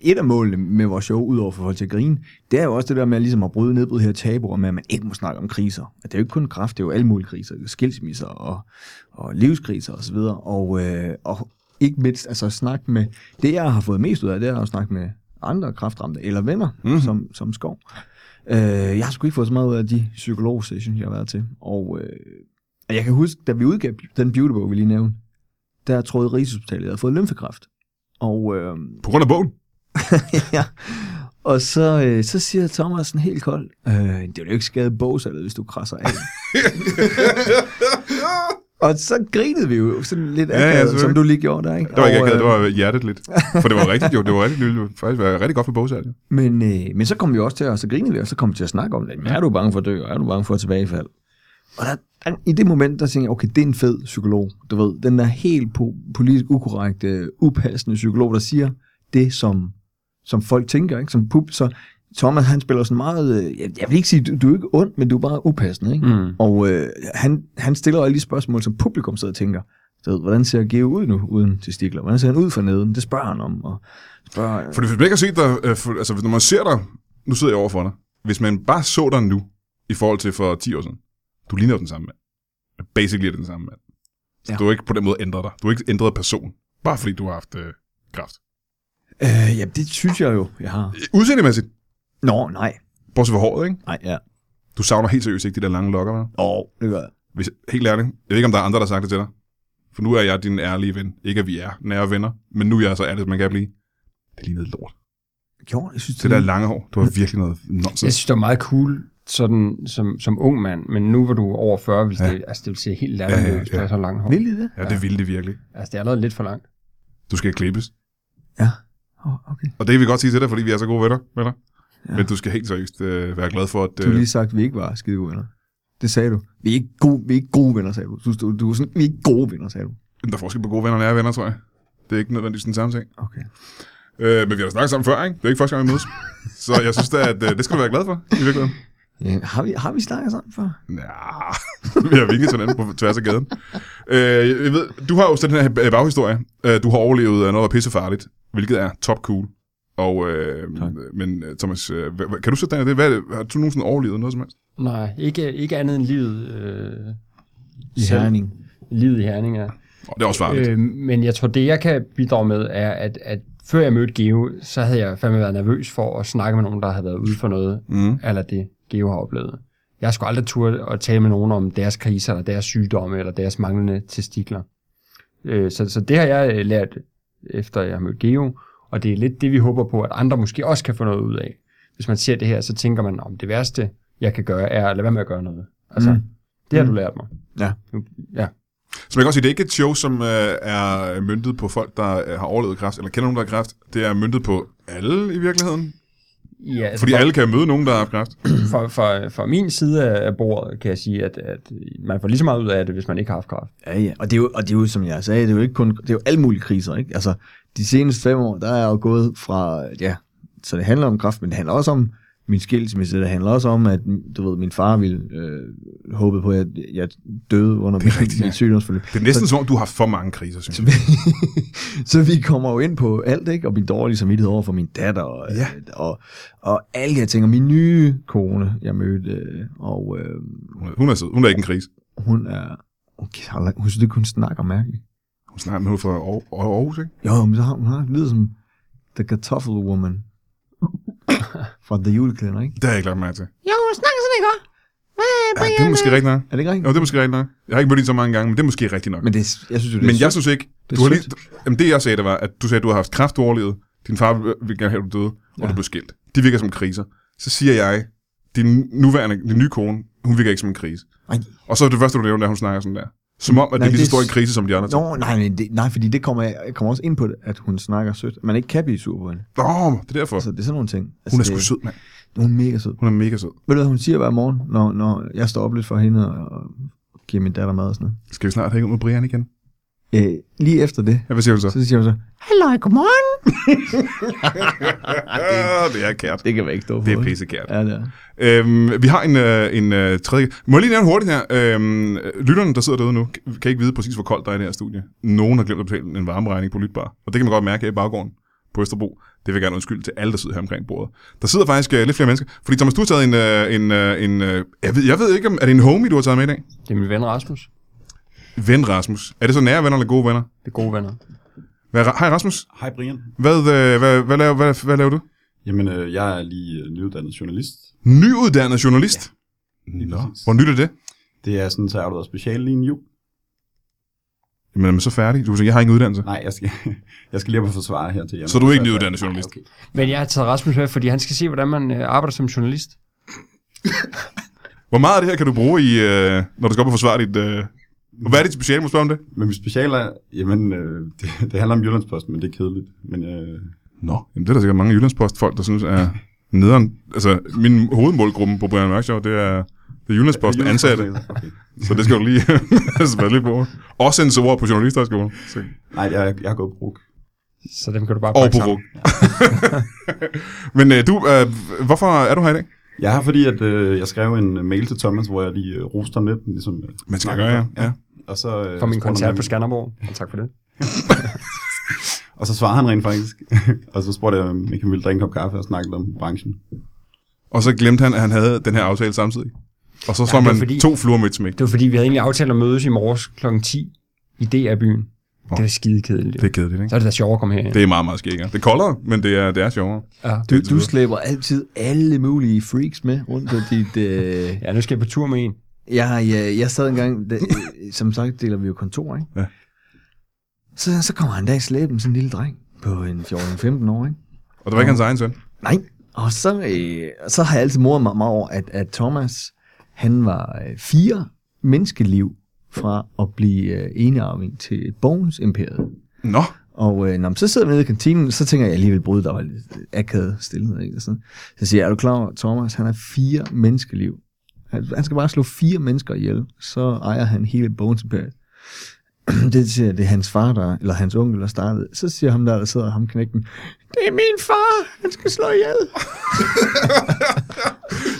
[SPEAKER 2] et af målene med vores show, udover for folk til at grine, det er jo også det der med at ligesom at bryde nedbryde her tabuer med, at man ikke må snakke om kriser. At det er jo ikke kun kraft, det er jo alle mulige kriser, skilsmisser og, og livskriser osv. Og, så videre. og, øh, og ikke mindst, altså snak med, det jeg har fået mest ud af, det er at snakke med andre kraftramte eller venner,
[SPEAKER 3] Mhm.
[SPEAKER 2] mm. som, som skov. Øh, jeg har sgu ikke fået så meget ud af de psykolog-sessions, jeg har været til. Og øh, og jeg kan huske, da vi udgav den beautybog, vi lige nævnte, der troede Rigshospitalet, jeg havde fået lymfekræft. Og, øh,
[SPEAKER 1] På grund af bogen?
[SPEAKER 2] ja. og så, øh, så siger Thomas sådan helt kold, øh, det er jo ikke skadet bogsalget, hvis du krasser af. og så grinede vi jo sådan lidt
[SPEAKER 1] ja,
[SPEAKER 2] akavet, ja, som
[SPEAKER 1] selvfølgelig.
[SPEAKER 2] du lige gjorde der. Ikke?
[SPEAKER 1] Det var ikke
[SPEAKER 2] Og,
[SPEAKER 1] akavet,
[SPEAKER 2] øh,
[SPEAKER 1] det var hjertet lidt. For det var rigtigt jo, det var rigtig, det ville faktisk være rigtig godt for bogsalget.
[SPEAKER 2] Men, øh, men så kom vi også til at, så grinede vi, og så kom vi til at snakke om det. Men er du bange for at dø, og er du bange for et tilbagefald? Og der, der, i det moment, der tænkte jeg, okay, det er en fed psykolog, du ved. Den der helt po- politisk ukorrekte, upassende psykolog, der siger det, som, som folk tænker, ikke? Som pub. Så Thomas, han spiller sådan meget, øh, jeg, jeg vil ikke sige, du, du er ikke ond, men du er bare upassende, ikke?
[SPEAKER 3] Mm.
[SPEAKER 2] Og øh, han, han stiller alle de spørgsmål, som publikum sidder og tænker. Så, ved, hvordan ser Geo ud nu, uden testikler? Hvordan ser han ud for neden? Det spørger han om. Og spørger,
[SPEAKER 1] For hvis man ikke har set dig, øh, for, altså når man ser dig, nu sidder jeg over for dig. Hvis man bare så dig nu, i forhold til for 10 år siden, du ligner jo den samme mand. Basically er det den samme mand. Så
[SPEAKER 2] Ja.
[SPEAKER 1] ja. du har ikke på den måde ændret dig. Du har ikke ændret person, bare fordi du har haft øh, kraft.
[SPEAKER 2] Øh, ja, det synes jeg jo, jeg har.
[SPEAKER 1] Øh, Udseendemæssigt,
[SPEAKER 2] Nå, nej.
[SPEAKER 1] bortset fra håret, ikke?
[SPEAKER 2] Nej, ja.
[SPEAKER 1] Du savner helt seriøst ikke de der lange lokker, hva'?
[SPEAKER 2] Åh, oh, det gør jeg.
[SPEAKER 1] Hvis, helt ærligt, jeg ved ikke, om der er andre, der har sagt det til dig. For nu er jeg din ærlige ven. Ikke at vi er nære venner, men nu er jeg så ærlig, som man kan blive. Det lignede lort.
[SPEAKER 2] Jo, jeg synes,
[SPEAKER 1] Det der lange hår, du har virkelig noget
[SPEAKER 3] Jeg
[SPEAKER 1] nonsens.
[SPEAKER 3] synes, det var meget cool sådan, som, som ung mand, men nu var du over 40, hvis ja. det, altså, det ville se helt latterligt ud,
[SPEAKER 1] Ja, ja,
[SPEAKER 3] ja, ja, hvis du
[SPEAKER 1] ja.
[SPEAKER 3] har så langt hår.
[SPEAKER 2] Vil I det?
[SPEAKER 1] Ja, det ville det virkelig.
[SPEAKER 3] Altså, det er allerede lidt for langt.
[SPEAKER 1] Du skal klippes.
[SPEAKER 2] Ja. Oh, okay.
[SPEAKER 1] Og det vil vi godt sige til dig, fordi vi er så gode venner med dig. Ja. Men du skal helt seriøst øh, være glad for, at...
[SPEAKER 2] Du har
[SPEAKER 1] Øh,
[SPEAKER 2] lige sagt, at vi ikke var skide gode venner. Det sagde du. Vi er ikke gode, vi er ikke gode venner, sagde du. Du, du, du var sådan, vi er ikke gode venner, sagde du.
[SPEAKER 1] øh, der er forskel på gode venner og nære venner, tror jeg. Det er ikke nødvendigvis den samme ting.
[SPEAKER 2] Okay.
[SPEAKER 1] Øh, men vi har da snakket sammen før, ikke? Det er ikke første gang, vi mødes. så jeg synes da, at øh, det skal du være glad for, i virkeligheden.
[SPEAKER 2] Ja, Øh, har, vi, har vi snakket sammen før?
[SPEAKER 1] Ja, vi har vinket til hinanden på tværs af gaden. Øh, jeg ved, du har jo så den her øh, baghistorie. Øh, du har overlevet øh, noget, der var pissefarligt, hvilket er top cool. Og, øh,
[SPEAKER 2] Tak.
[SPEAKER 1] men øh, Thomas, øh, hva- hva- kan du sætte dig ind i det? Hvad, er det- har du nogensinde overlevet noget som helst?
[SPEAKER 3] Nej, ikke, ikke andet end livet, øh,
[SPEAKER 2] I
[SPEAKER 3] Selv.
[SPEAKER 2] Herning.
[SPEAKER 3] livet i Herning er.
[SPEAKER 1] Oh, det er også farligt.
[SPEAKER 3] Øh, men jeg tror, det jeg kan bidrage med, er, at, at før jeg mødte Geo, så havde jeg fandme været nervøs for at snakke med nogen, der havde været ude for noget,
[SPEAKER 1] Mm.
[SPEAKER 3] eller det Geo har oplevet. Jeg skulle aldrig turde at tale med nogen om deres kriser, eller deres sygdomme, eller deres manglende testikler. Øh, så, så det har jeg øh, lært, efter jeg har mødt Geo, og det er lidt det, vi håber på, at andre måske også kan få noget ud af. Hvis man ser det her, så tænker man, om det værste, jeg kan gøre, er at lade være med at gøre noget. Altså,
[SPEAKER 2] Mm.
[SPEAKER 3] mm. det har
[SPEAKER 2] Mm.
[SPEAKER 3] du lært mig.
[SPEAKER 2] Ja.
[SPEAKER 3] Nu- Ja.
[SPEAKER 1] Så man kan også sige, det er ikke et show, som øh, er myntet på folk, der øh, har overlevet kræft, eller kender nogen, der har kræft. Det er myntet på alle i virkeligheden.
[SPEAKER 3] Ja, altså,
[SPEAKER 1] Fordi alle kan møde nogen, der har haft kræft.
[SPEAKER 3] fra, fra, fra min side af af bordet kan jeg sige, at, at man får lige så meget ud af det, hvis man ikke har haft kraft.
[SPEAKER 2] Ja, ja. Og det, er jo, og det er jo, som jeg sagde, det er jo ikke kun, det er jo alle mulige kriser, ikke? Altså, de seneste fem år, der er jeg jo gået fra, ja, så det handler om kræft, men det handler også om min skilsmisse, det handler også om, at, du ved, min far ville øh, håbe på, at jeg døde under mit,
[SPEAKER 1] rigtigt, ja.
[SPEAKER 2] mit sygdomsforløb.
[SPEAKER 1] Det er næsten som om, du har haft for mange kriser, synes jeg.
[SPEAKER 2] så vi kommer jo ind på alt, ikke? Og min dårlige samvittighed over for min datter, og,
[SPEAKER 1] Ja.
[SPEAKER 2] øh, og, og alle de her ting, og min nye kone, jeg mødte, øh, og øh,
[SPEAKER 1] Hun er, hun er, sød. hun er ikke en krise.
[SPEAKER 2] hun er, hun, kan, hun synes ikke, hun snakker mærkeligt.
[SPEAKER 1] Hun snakker med hun er fra Aar- Aarhus, ikke?
[SPEAKER 2] Jo, men så har hun har lyder som The Kartoffel Woman fra The Julekalender, ikke?
[SPEAKER 1] Det har jeg ikke lagt mærke til.
[SPEAKER 4] Jo, snakker sådan ikke, hva'?
[SPEAKER 1] Ja, det er måske rigtigt nok.
[SPEAKER 2] Er det ikke
[SPEAKER 1] Jo,
[SPEAKER 2] rigtigt?
[SPEAKER 1] det er måske rigtigt nok. Jeg har ikke mødt hende så mange gange, men det er måske rigtigt nok. Men,
[SPEAKER 2] Men det, er- jeg synes jo, det er
[SPEAKER 1] men jeg
[SPEAKER 2] sødt.
[SPEAKER 1] synes ikke...
[SPEAKER 2] Det
[SPEAKER 1] Du har
[SPEAKER 2] er
[SPEAKER 1] lige, jamen det jeg sagde, det var, at du sagde, at du har haft kræft, du overlevede. Din far ville gerne have, at du døde, og
[SPEAKER 2] Ja.
[SPEAKER 1] du blev skilt. De virker som kriser. Så siger jeg, din nuværende, din nye kone, hun virker ikke som en krise.
[SPEAKER 2] Ej. Mm.
[SPEAKER 1] Og så er det første, du nævner, da hun snakker sådan der. Som om, at
[SPEAKER 2] Nej,
[SPEAKER 1] det er lige så
[SPEAKER 2] det er
[SPEAKER 1] stor en
[SPEAKER 2] s-
[SPEAKER 1] krise som de andre ting.
[SPEAKER 2] Nå, nej, men det, nej, fordi det kommer, jeg, jeg kommer også ind på det, at hun snakker sødt. Man ikke kan blive sur på hende.
[SPEAKER 1] Nå, det er derfor.
[SPEAKER 2] Så det er sådan nogle ting. Altså,
[SPEAKER 1] Hun er sgu
[SPEAKER 2] det,
[SPEAKER 1] sød, mand.
[SPEAKER 2] Hun er mega sød.
[SPEAKER 1] Hun er mega sød.
[SPEAKER 2] Ved du, hvad hun siger hver morgen, når, når jeg står op lidt for hende og, og giver min datter mad og sådan
[SPEAKER 1] Skal vi snart hænge ud med Brian igen?
[SPEAKER 2] noget? Øh, lige efter det,
[SPEAKER 1] Ja, hvad siger hun så?
[SPEAKER 2] så siger hun så, Hallo, godmorgen.
[SPEAKER 1] Ah, det er kært.
[SPEAKER 2] Det kan være ikke stå for.
[SPEAKER 1] Det er pissekært.
[SPEAKER 2] Ja, det er.
[SPEAKER 1] Øhm, vi har en, øh, en øh, tredje... Må jeg lige nævne hurtigt her? Øhm, lytterne, der sidder derude nu, kan kan ikke vide præcis, hvor koldt der er i det her studie. Nogen har glemt at betale en varmeregning på Lytbar, og det kan man godt mærke her i baggården på Østerbro. Det vil jeg gerne undskylde til alle, der sidder her omkring bordet. Der sidder faktisk øh, lidt flere mennesker, fordi Thomas, du har taget en... Øh, en, øh, en øh, jeg, ved, jeg ved ikke, om er det en homie, du har taget med i dag?
[SPEAKER 3] Det er min ven Rasmus.
[SPEAKER 1] Ven Rasmus. Er det så nære venner eller gode venner?
[SPEAKER 3] Det er gode venner.
[SPEAKER 1] Hvad, hej Rasmus,
[SPEAKER 4] Hej Brian.
[SPEAKER 1] hvad, øh, hvad, hvad, laver, hvad, hvad laver du?
[SPEAKER 4] Jamen, øh, jeg er lige øh, nyuddannet journalist.
[SPEAKER 1] Nyuddannet journalist? Ja,
[SPEAKER 4] lige
[SPEAKER 1] Nå,
[SPEAKER 4] præcis.
[SPEAKER 1] hvor nyt er det?
[SPEAKER 4] Det er sådan, så er du været speciale lige nu.
[SPEAKER 1] Jamen, er man så færdig? Du kan sige, jeg har ingen uddannelse.
[SPEAKER 4] Nej, jeg skal, jeg skal lige op og forsvare her til jer.
[SPEAKER 1] Så du er ikke nyuddannet journalist?
[SPEAKER 4] Nej, okay.
[SPEAKER 3] Men jeg har taget Rasmus med, fordi han skal se, hvordan man øh, arbejder som journalist.
[SPEAKER 1] Hvor meget af det her kan du bruge, i, øh, når du skal op og forsvare dit... Øh... og Hvad er dit speciale, må jeg spørge om det?
[SPEAKER 4] Men mit speciale er, jamen, øh, det, det handler om Jyllandsposten, men det er kedeligt. Men øh,
[SPEAKER 1] Nå. Jamen, det er der sikkert mange Jyllandspost-folk, der synes er nederen. Altså, min hovedmålgruppe på Brian Mørk Show, det er, det er Jyllandsposten ansatte.
[SPEAKER 4] Okay.
[SPEAKER 1] Så det skal du lige spille lige på. Også en ord på journalisterskolen. Så-
[SPEAKER 4] Nej, jeg, jeg har gået på RUG.
[SPEAKER 3] Så dem kan du bare
[SPEAKER 1] Og
[SPEAKER 3] pakke
[SPEAKER 1] på
[SPEAKER 3] sammen.
[SPEAKER 1] Vogue. Men øh, du, øh, hvorfor er du her i dag?
[SPEAKER 4] Jeg har fordi, at øh, jeg skrev en mail til Thomas, hvor jeg lige øh, roste ham lidt. Ligesom, øh,
[SPEAKER 1] Man skal
[SPEAKER 4] snakker
[SPEAKER 1] gøre, ja.
[SPEAKER 4] om.
[SPEAKER 1] ja.
[SPEAKER 4] Og så, øh,
[SPEAKER 3] For min
[SPEAKER 4] spurgte han,
[SPEAKER 3] koncert
[SPEAKER 4] om-
[SPEAKER 3] på Skanderborg. Og tak for det.
[SPEAKER 4] Og så svarer han rent faktisk. og så spurgte jeg, om ikke han ville drikke en kop kaffe og snakke lidt om branchen.
[SPEAKER 1] Og så glemte han, at han havde den her aftale samtidig. Og så slår
[SPEAKER 3] det er
[SPEAKER 1] man
[SPEAKER 3] fordi-
[SPEAKER 1] to fluer med et smæk.
[SPEAKER 3] Det var fordi, vi havde egentlig aftalt at mødes i morges kl. 10 i DR-byen. Det var skide kedeligt.
[SPEAKER 1] Det er kedeligt, ikke?
[SPEAKER 3] Så er det da sjovt at komme herind.
[SPEAKER 1] Det er meget, meget skægt. Det er koldere, men det er, det er sjovere.
[SPEAKER 3] Ja.
[SPEAKER 2] Du, du slæber altid alle mulige freaks med rundt på dit... Øh...
[SPEAKER 3] ja, nu skal jeg på tur med en.
[SPEAKER 2] Jeg, jeg, jeg sad engang, da, øh, som sagt deler vi jo kontor, ikke?
[SPEAKER 1] Ja.
[SPEAKER 2] Så, så kommer han en dag slæbende sådan en lille dreng på en 14-15 år, ikke?
[SPEAKER 1] Og det var ikke hans egen søn.
[SPEAKER 2] Nej. Og så, øh, og så har jeg altid moret mig meget over, at, at Thomas, han var øh, fire menneskeliv fra at blive øh, enearving til Bones imperiet.
[SPEAKER 1] Nå,
[SPEAKER 2] Og øh, når man så sidder vi nede i kantinen, så tænker jeg, at jeg lige vil bryde, der var lidt akavet stillhed. Ikke? Og sådan. Så siger jeg, er du klar over, Thomas, han har fire menneskeliv. Han han skal bare slå fire mennesker ihjel, så ejer han hele Bones Imperiet. det siger jeg, det er hans far, der, eller hans onkel, der startede. Så siger ham der, der sidder ham knægten, det er min far, han skal slå ihjel.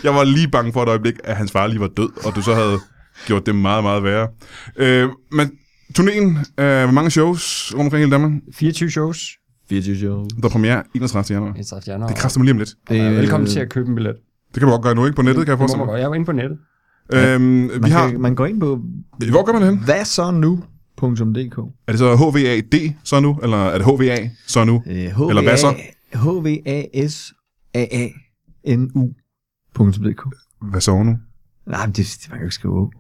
[SPEAKER 1] jeg var lige bange for et øjeblik, at hans far lige var død, og du så havde gjort det meget, meget værre. Øh, men turnéen, øh, hvor mange shows rundt omkring hele Danmark,
[SPEAKER 3] 24 shows.
[SPEAKER 2] 24 show.
[SPEAKER 1] der er premiere 31. januar.
[SPEAKER 3] Jeg træffede januar.
[SPEAKER 1] Det kræfter mig lige om lidt.
[SPEAKER 3] Ja, velkommen til at købe en billet.
[SPEAKER 1] Det kan du godt gøre nu, ikke? På nettet, kan jeg
[SPEAKER 3] Det må
[SPEAKER 1] forestille
[SPEAKER 3] man
[SPEAKER 1] mig.
[SPEAKER 3] godt. Jeg var inde på nettet.
[SPEAKER 1] Øhm, vi
[SPEAKER 2] Man,
[SPEAKER 1] har...
[SPEAKER 2] kan, man går ind på
[SPEAKER 1] Hvor gør man det hen?
[SPEAKER 2] hvad så nu? .dk.
[SPEAKER 1] Er det så HVAD så nu, eller er det HVA så nu?
[SPEAKER 2] Øh,
[SPEAKER 1] Eller hvad så?
[SPEAKER 2] H-V-A-S-A-A-N-U.dk.
[SPEAKER 1] Hvad så nu?
[SPEAKER 2] Nej, men det, det man kan jo ikke skrive på,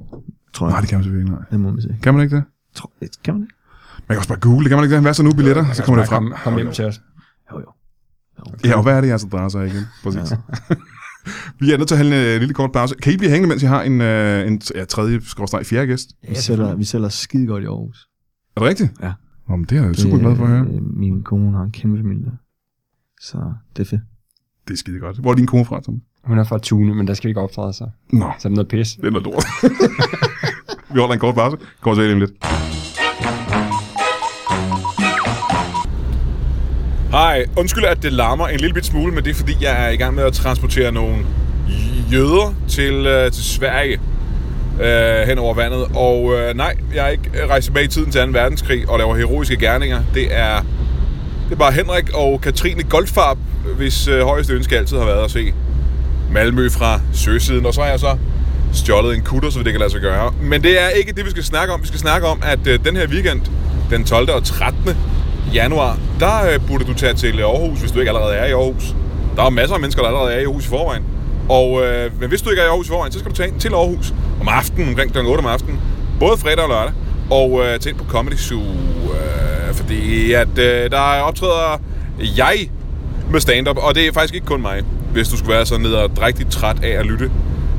[SPEAKER 2] tror jeg.
[SPEAKER 1] Nej, det kan man selvfølgelig ikke. Nej.
[SPEAKER 2] det må man sige.
[SPEAKER 1] Kan man ikke det?
[SPEAKER 2] Tror, det kan man det?
[SPEAKER 1] Man kan også bare google det. Kan man ikke det? Hvad så nu billetter? Så kommer det frem.
[SPEAKER 3] Kom, kom hjem til os.
[SPEAKER 2] Jo, jo.
[SPEAKER 1] Ja, og hvad er det, jeg så drejer sig af igen? Præcis. Ja. vi er nødt til at have en, en lille kort pause. Kan I blive hængende, mens jeg har en, øh, en ja, tredje, skorstræk, fjerde gæst?
[SPEAKER 2] Vi sælger, vi sælger skide godt i Aarhus.
[SPEAKER 1] Er det rigtigt?
[SPEAKER 2] Ja.
[SPEAKER 1] Nå, men det er jeg super glad for at høre.
[SPEAKER 2] Øh, Min kone har en kæmpe familie. der. Så det er fedt.
[SPEAKER 1] Det er skide godt. Hvor er din kone fra, Tom?
[SPEAKER 3] Hun er fra Tune, men der skal vi ikke optræde sig.
[SPEAKER 1] Nå,
[SPEAKER 3] Så er det noget pis.
[SPEAKER 1] det er noget lort. vi holder en kort pause. Kommer tilbage lige om lidt. Hej, undskyld at det larmer en lille bit smule, men det er fordi, jeg er i gang med at transportere nogle jøder til, øh, til Sverige øh, hen over vandet. Og øh, nej, jeg er ikke rejst tilbage i tiden til 2. verdenskrig og laver heroiske gerninger. Det er, det er bare Henrik og Katrine Goldfarb, hvis øh, højeste ønske altid har været at se Malmø fra søsiden. Og så har jeg så stjålet en kutter, så det kan lade sig gøre. Men det er ikke det, vi skal snakke om. Vi skal snakke om, at øh, den her weekend, den 12. og 13. januar, der øh, burde du tage til Aarhus, hvis du ikke allerede er i Aarhus. Der er masser af mennesker, der allerede er i Aarhus i forvejen. Og øh, men hvis du ikke er i Aarhus i forvejen, så skal du tage ind til Aarhus om aftenen, omkring kl. 8 om aftenen. Både fredag og lørdag. Og øh, tage ind på Comedy Zoo. Øh, fordi at øh, der optræder jeg med stand-up, og det er faktisk ikke kun mig, hvis du skulle være så ned og rigtig træt af at lytte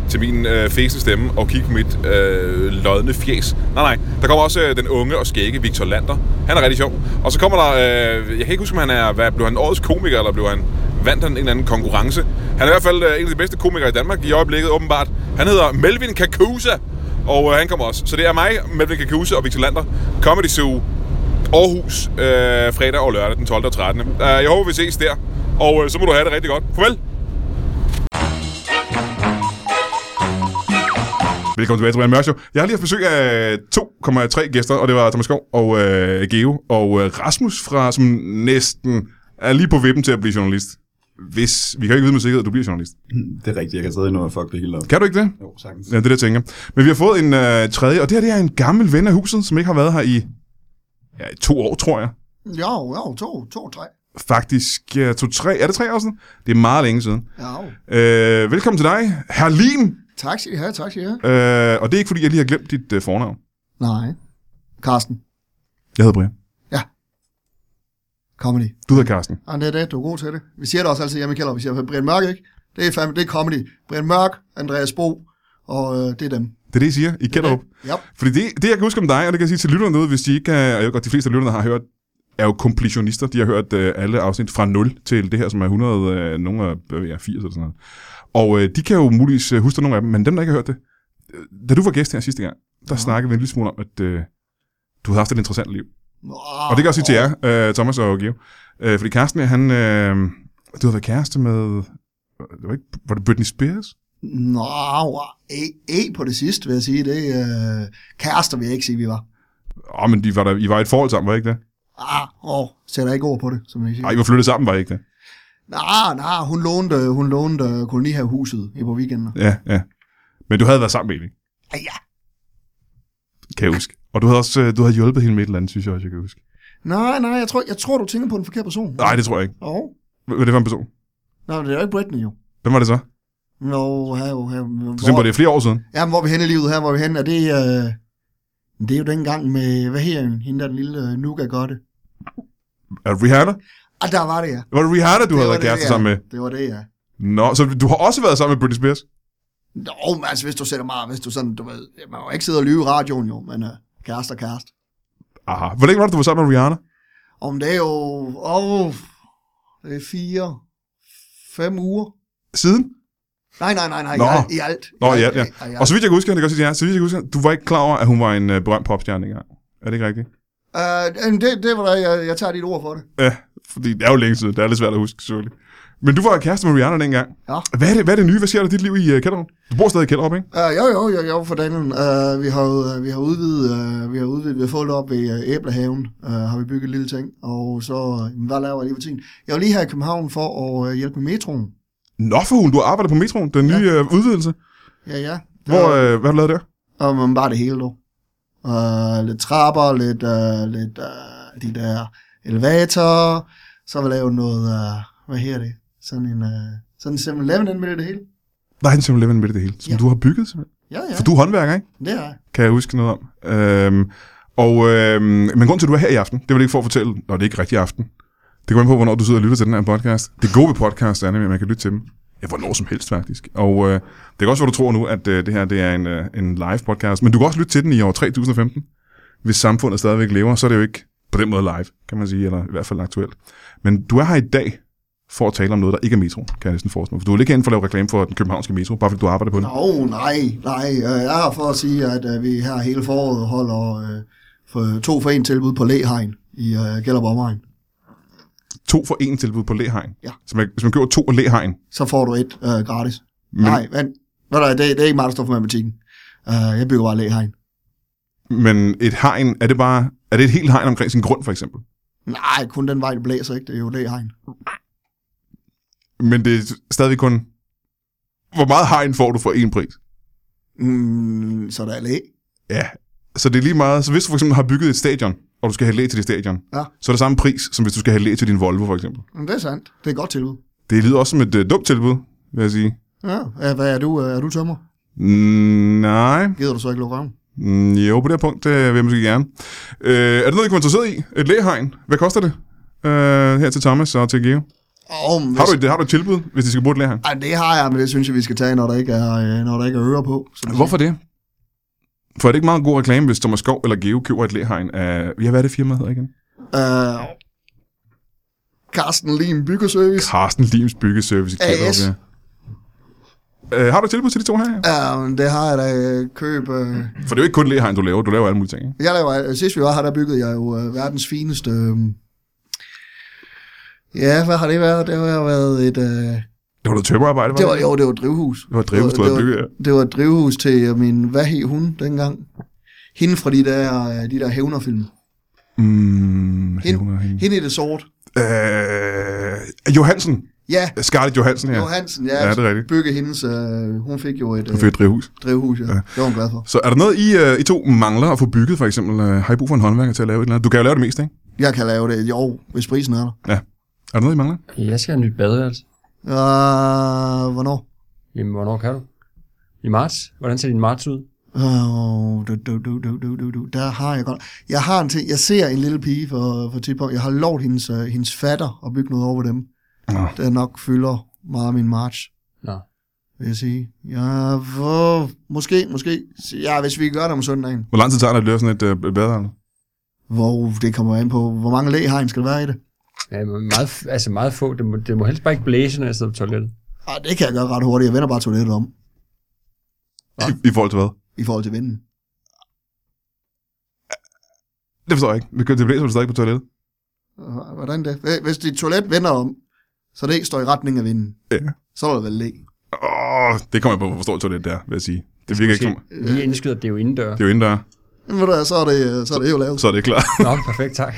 [SPEAKER 1] til min øh, fæsende stemme og kigge på mit øh, lodne fjes. Nej, nej. Der kommer også øh, den unge og skægge Victor Lander. Han er rigtig sjov. Og så kommer der... Øh, jeg kan ikke huske, om han er... Hvad, blev han årets komiker, eller blev han... Vandt han en eller anden konkurrence? Han er i hvert fald øh, en af de bedste komikere i Danmark i øjeblikket, åbenbart. Han hedder Melvin Kakusa, og øh, han kommer også. Så det er mig, Melvin Kakusa og Victor Lander. Comedy Zoo Aarhus øh, fredag og lørdag den 12. og 13. Øh, jeg håber, vi ses der. Og øh, så må du have det rigtig godt. Farvel! Velkommen tilbage til Brian Mørk Show. Jeg har lige haft besøg af øh, 2,3 gæster, og det var Thomas Skov og øh, Geo og øh, Rasmus fra, som næsten er lige på vippen til at blive journalist. Hvis, vi kan jo ikke vide med sikkerhed, at du bliver journalist.
[SPEAKER 4] Det er rigtigt, jeg kan stadig nå at fuck det hele op.
[SPEAKER 1] Kan du ikke det?
[SPEAKER 4] Jo, sagtens.
[SPEAKER 1] Ja, det er det, jeg tænker. Men vi har fået en øh, tredje, og det her det er en gammel ven af huset, som ikke har været her i ja, i to år, tror jeg.
[SPEAKER 5] Jo, jo, to, to, tre.
[SPEAKER 1] faktisk ja, to, tre, er det tre år siden? Det er meget længe siden.
[SPEAKER 5] Jo.
[SPEAKER 1] Øh, velkommen til dig, herr Lim.
[SPEAKER 5] Tak skal I have, tak skal I have.
[SPEAKER 1] Øh, og det er ikke, fordi jeg lige har glemt dit øh, fornavn.
[SPEAKER 5] Nej. Carsten,
[SPEAKER 1] Jeg hedder Brian.
[SPEAKER 5] comedy.
[SPEAKER 1] Du hedder Carsten.
[SPEAKER 5] Og det er det, du er god til det. Vi siger det også altid hjemme i kælderen, vi siger Brian Mørk, ikke? Det er fandme, det er comedy. Brian Mørk, Andreas Bo, og øh, det er dem.
[SPEAKER 1] Det er det, I siger i Kælderup.
[SPEAKER 5] Ja,
[SPEAKER 1] Fordi det, det, jeg kan huske om dig, og det kan jeg sige til lytterne derude, hvis de ikke kan, og jeg ved godt, de fleste af lytterne har hørt, er jo kompletionister. De har hørt øh, alle afsnit fra 0 til det her, som er 100, øh, nogle af øh, ja, 80 eller sådan noget. Og øh, de kan jo muligvis øh, huske nogle af dem, men dem, der ikke har hørt det, øh, da du var gæst her sidste gang, der ja. snakkede vi en lille smule om, at øh, du havde haft et interessant liv.
[SPEAKER 5] Nå,
[SPEAKER 1] Og det kan jeg også sige til jer, øh, Thomas og Geo. Øh, fordi Carsten, her, han, øh, du havde været kæreste med, det var, ikke, var det Britney Spears?
[SPEAKER 5] Nå, e, e på det sidste, vil jeg sige. Det er øh, kærester, vil jeg ikke sige, vi var.
[SPEAKER 1] Åh, oh, men de var der, I var i et forhold sammen, var I ikke det?
[SPEAKER 5] Ah, åh, sætter ikke ord på det, som jeg siger.
[SPEAKER 1] Nej, I var flyttet sammen, var I ikke det?
[SPEAKER 5] Nej, nej, hun lånte, hun lånte øh, kolonihavehuset i på weekenden.
[SPEAKER 1] Ja, ja. Men du havde været sammen med hende, ikke?
[SPEAKER 5] Ah, ja.
[SPEAKER 1] kan jeg huske. Og du havde også øh, du havde hjulpet hende med et eller andet, synes jeg også, jeg kan huske.
[SPEAKER 5] Nej, nej, jeg tror, jeg tror, du tænker på den forkerte person.
[SPEAKER 1] Nej, det tror jeg ikke.
[SPEAKER 5] Åh, oh.
[SPEAKER 1] Hvad hvad det var en person?
[SPEAKER 5] nej, men det er jo ikke Britney, jo.
[SPEAKER 1] Hvem var det så?
[SPEAKER 5] Nå, her, jo, her.
[SPEAKER 1] Du tænker på, det er flere år siden.
[SPEAKER 5] Ja, hvor er vi henne i livet her? Hvor er vi henne? Er det, øh, det er jo dengang med, hvad her hende, hende der den lille øh, Nuka Gotte.
[SPEAKER 1] Er det Rihanna?
[SPEAKER 5] Ah, der var det, ja.
[SPEAKER 1] Var det Rihanna, du
[SPEAKER 5] det
[SPEAKER 1] havde
[SPEAKER 5] var
[SPEAKER 1] været
[SPEAKER 5] det,
[SPEAKER 1] kæreste
[SPEAKER 5] ja.
[SPEAKER 1] sammen med?
[SPEAKER 5] Det var det, ja.
[SPEAKER 1] Nå, så du har også været sammen med Britney Spears?
[SPEAKER 5] Nå, men altså, hvis du sætter mig, hvis du sådan, du ved, man må jo ikke sidde og lyve i radioen jo, men øh, kæreste og kæreste.
[SPEAKER 1] Aha. Hvor længe var det, du var sammen med Rihanna?
[SPEAKER 5] Om det er jo, åh, det er fire, fem uger.
[SPEAKER 1] Siden?
[SPEAKER 5] Nej, nej, nej, nej,
[SPEAKER 1] Nå.
[SPEAKER 5] i alt, i alt.
[SPEAKER 1] Nå, ja, ja.
[SPEAKER 5] I, i
[SPEAKER 1] Og
[SPEAKER 5] alt.
[SPEAKER 1] så vidt jeg kan huske, det kan jeg godt sige til jer, så vidt jeg kan huske, du var ikke klar over, at hun var en øh, berømt popstjerne engang. Er det ikke rigtigt?
[SPEAKER 5] Øh, men det, det var da, jeg, jeg tager dit ord for det.
[SPEAKER 1] Ja, fordi det er jo længe siden. Det er lidt svært at huske, selvfølgelig. Men du var kæreste med Rihanna dengang.
[SPEAKER 5] Ja.
[SPEAKER 1] Hvad er det, hvad er det nye? Hvad sker der i dit liv i uh, Kælderup? Du bor stadig i Kælderup, ikke?
[SPEAKER 5] Uh, jo, jo, jo, jo, for dalen. Uh, vi, har, jo- vi har udvidet, uh, vi har udvidet, vi har fået det op ved uh, Æblehaven, uh, har vi bygget en lille ting, og så, uh, jamen, hvad laver jeg lige for tiden? Jeg var lige her i København for at uh, hjælpe med metroen.
[SPEAKER 1] Nå for hun, du har arbejdet på metroen, den nye ja. udvidelse.
[SPEAKER 5] Ja, ja.
[SPEAKER 1] Hvor, øh, hvad har du lavet der?
[SPEAKER 5] Og man bare det hele, dog. Uh, lidt trapper, lidt, uh, lidt uh, de der elevatorer, så har vi lavet noget, uh, hvad her det? Sådan en, uh, sådan en 7-Eleven ind midt i det hele.
[SPEAKER 1] Der er en simpelthen midt i det hele, som ja.
[SPEAKER 5] Ja.
[SPEAKER 1] du har bygget, simpelthen.
[SPEAKER 5] Ja,
[SPEAKER 1] Ja.
[SPEAKER 5] ja,
[SPEAKER 1] For du er håndværker, ikke?
[SPEAKER 5] det er jeg.
[SPEAKER 1] Kan jeg huske noget om. Øhm, og, øhm, men grunden til, at du er her i aften, det var det ikke for at fortælle, når det er ikke rigtig aften. Det går ind på, hvornår du sidder og lytter til den her podcast. Det gode ved podcast er, nemlig, at man kan lytte til dem. Ja, hvornår som helst, faktisk. Og øh, det kan også være, du tror nu, at øh, det her det er en, øh, en live podcast. Men du kan også lytte til den i år 3015. Hvis samfundet stadigvæk lever, så er det jo ikke på den måde live, kan man sige, eller i hvert fald aktuelt. Men du er her i dag for at tale om noget, der ikke er metro, kan jeg næsten forestille mig. For du vil ikke herinde for at lave reklame for den københavnske metro, bare fordi du arbejder på den.
[SPEAKER 5] Nå, nej, nej. Øh, Jeg har for at sige, at øh, vi her hele foråret holder øh, for to for en tilbud på Læhegn i øh, Gellerup Omegn.
[SPEAKER 1] to for en tilbud på læhegn.
[SPEAKER 5] Ja.
[SPEAKER 1] Så man, hvis man køber to af læhegn,
[SPEAKER 5] Så får du et øh, gratis.
[SPEAKER 1] Men-
[SPEAKER 5] Men... Nej, men, ved du, hvad, det, det er ikke mig, der står for matematikken. Uh, jeg bygger bare Læhegn.
[SPEAKER 1] men et hegn, er det bare, er det et helt hegn omkring sin grund for eksempel?
[SPEAKER 5] Nej, kun den vej, det blæser ikke. Det er jo Læhegn.
[SPEAKER 1] Men det er stadigvæk kun, hvor meget hegn får du for en pris?
[SPEAKER 5] Mm, så der er læ.
[SPEAKER 1] Ja. Så det er lige meget, så hvis du for eksempel har bygget et stadion, og du skal have læ til det stadion,
[SPEAKER 5] Ja.
[SPEAKER 1] så er det samme pris, som hvis du skal have læ til din Volvo for eksempel.
[SPEAKER 5] Men Mm, det er sandt. Det er et godt tilbud.
[SPEAKER 1] Det lyder også som et øh, dumt tilbud, vil jeg sige.
[SPEAKER 5] Ja, øh, hvad er du? Øh, Er du tømmer?
[SPEAKER 1] Mm, nej,
[SPEAKER 5] Gider du så ikke lukke om?
[SPEAKER 1] mm, jo, på det her punkt øh, vil jeg måske gerne. Øh, er det noget, I kunne være interesseret i? Et læhegn? Hvad koster det? Øh, her til Thomas og til Geo.
[SPEAKER 5] Og hvis,
[SPEAKER 1] Har du, et, har du et tilbud, hvis de skal bruge et lærer?
[SPEAKER 5] Ej, det har jeg, men det synes jeg, vi skal tage, når der ikke er, øh, når der ikke er ører på. Så
[SPEAKER 1] Hvorfor det? For er det ikke meget god reklame, hvis Thomas Skov eller Geo køber et læhegn af... Ja, hvad er det firma hedder igen?
[SPEAKER 5] Øh, Carsten Lim Byggeservice.
[SPEAKER 1] Carsten Lims Byggeservice. i Kjellerup,
[SPEAKER 5] AS.
[SPEAKER 1] ja. Øh, har du et tilbud til de to her? ja?
[SPEAKER 5] Ja, men det har jeg da øh, køb. Øh.
[SPEAKER 1] For det er jo ikke kun læhegn, du laver. Du laver alle mulige ting. ikke?
[SPEAKER 5] Jeg laver, øh, sidst vi var her, der byggede jeg jo øh, verdens fineste... Øh, ja, hvad har det været? Det har været et...
[SPEAKER 1] Det
[SPEAKER 5] Øh,
[SPEAKER 1] var noget tømmerarbejde, var
[SPEAKER 5] det
[SPEAKER 1] det?
[SPEAKER 5] var, jo, det var et drivhus.
[SPEAKER 1] Det var et drivhus, du
[SPEAKER 5] det
[SPEAKER 1] havde bygget, ja.
[SPEAKER 5] Det var et drivhus til øh, min... Hvad hed hun dengang? Hende fra de der, øh, de der hævnerfilm.
[SPEAKER 1] Mm,
[SPEAKER 5] Hende,
[SPEAKER 1] hende, hende.
[SPEAKER 5] hende i det sort.
[SPEAKER 1] Øh, Johansen.
[SPEAKER 5] Ja,
[SPEAKER 1] Scarlett Johansen, ja.
[SPEAKER 5] Johansen,
[SPEAKER 1] Ja,
[SPEAKER 5] ja,
[SPEAKER 1] det er rigtigt.
[SPEAKER 5] bygge hendes, øh, hun fik jo et
[SPEAKER 1] Hun
[SPEAKER 5] øh,
[SPEAKER 1] fik et drivhus.
[SPEAKER 5] drivhus, ja. det var hun glad for.
[SPEAKER 1] Så er der noget, I, øh, I to mangler at få bygget, for eksempel? Øh, har I brug for en håndværker til at lave et eller andet? Du kan jo lave det meste, ikke?
[SPEAKER 5] Jeg kan lave det, jo, hvis prisen er der.
[SPEAKER 1] Er der noget, I mangler?
[SPEAKER 3] Jeg skal have nyt badeværelse.
[SPEAKER 5] Øh, hvornår?
[SPEAKER 3] Jamen, hvornår kan du? I marts? Hvordan ser din marts ud?
[SPEAKER 5] Øh, du, du, du, du, du, du, du. Der har jeg godt. Jeg har en ting, jeg ser en lille pige for, for tidspunkt. Jeg har lovet hendes, øh, hendes fatter at bygge noget over ved dem.
[SPEAKER 1] Nå.
[SPEAKER 5] Der nok fylder meget af min march.
[SPEAKER 3] Nå.
[SPEAKER 5] Vil jeg sige. Ja, hvor, måske, måske. Ja, hvis vi gør det om søndagen.
[SPEAKER 1] Hvor lang tid tager det at lave sådan et øh, badeværelse?
[SPEAKER 5] Hvor det kommer an på, hvor mange læhegn skal der være i det.
[SPEAKER 3] Ja, men meget, f- altså meget få. Det må, det må helst bare ikke blæse, når jeg sidder på toilettet.
[SPEAKER 5] Og Ah, det kan jeg gøre ret hurtigt. Jeg vender bare toilettet om
[SPEAKER 1] I, I forhold til hvad?
[SPEAKER 5] i forhold til vinden.
[SPEAKER 1] Det forstår jeg ikke. Vi kører til blæser, du stadig på toilettet.
[SPEAKER 5] H- Hvordan det? H- Hvis dit toilet vender om, så det står i retning af vinden,
[SPEAKER 1] Ja.
[SPEAKER 5] så er der vel læ.
[SPEAKER 1] Åh, det kommer jeg på, hvor stort toilet det er, vil jeg sige. Det virker ikke som...
[SPEAKER 3] Lige indskyder, at det er jo indendør.
[SPEAKER 1] Det er jo inden der, er,
[SPEAKER 5] Men ved du hvad, så er det, øh, så er det jo lavet.
[SPEAKER 1] så er det klar.
[SPEAKER 3] Nå, perfekt, tak.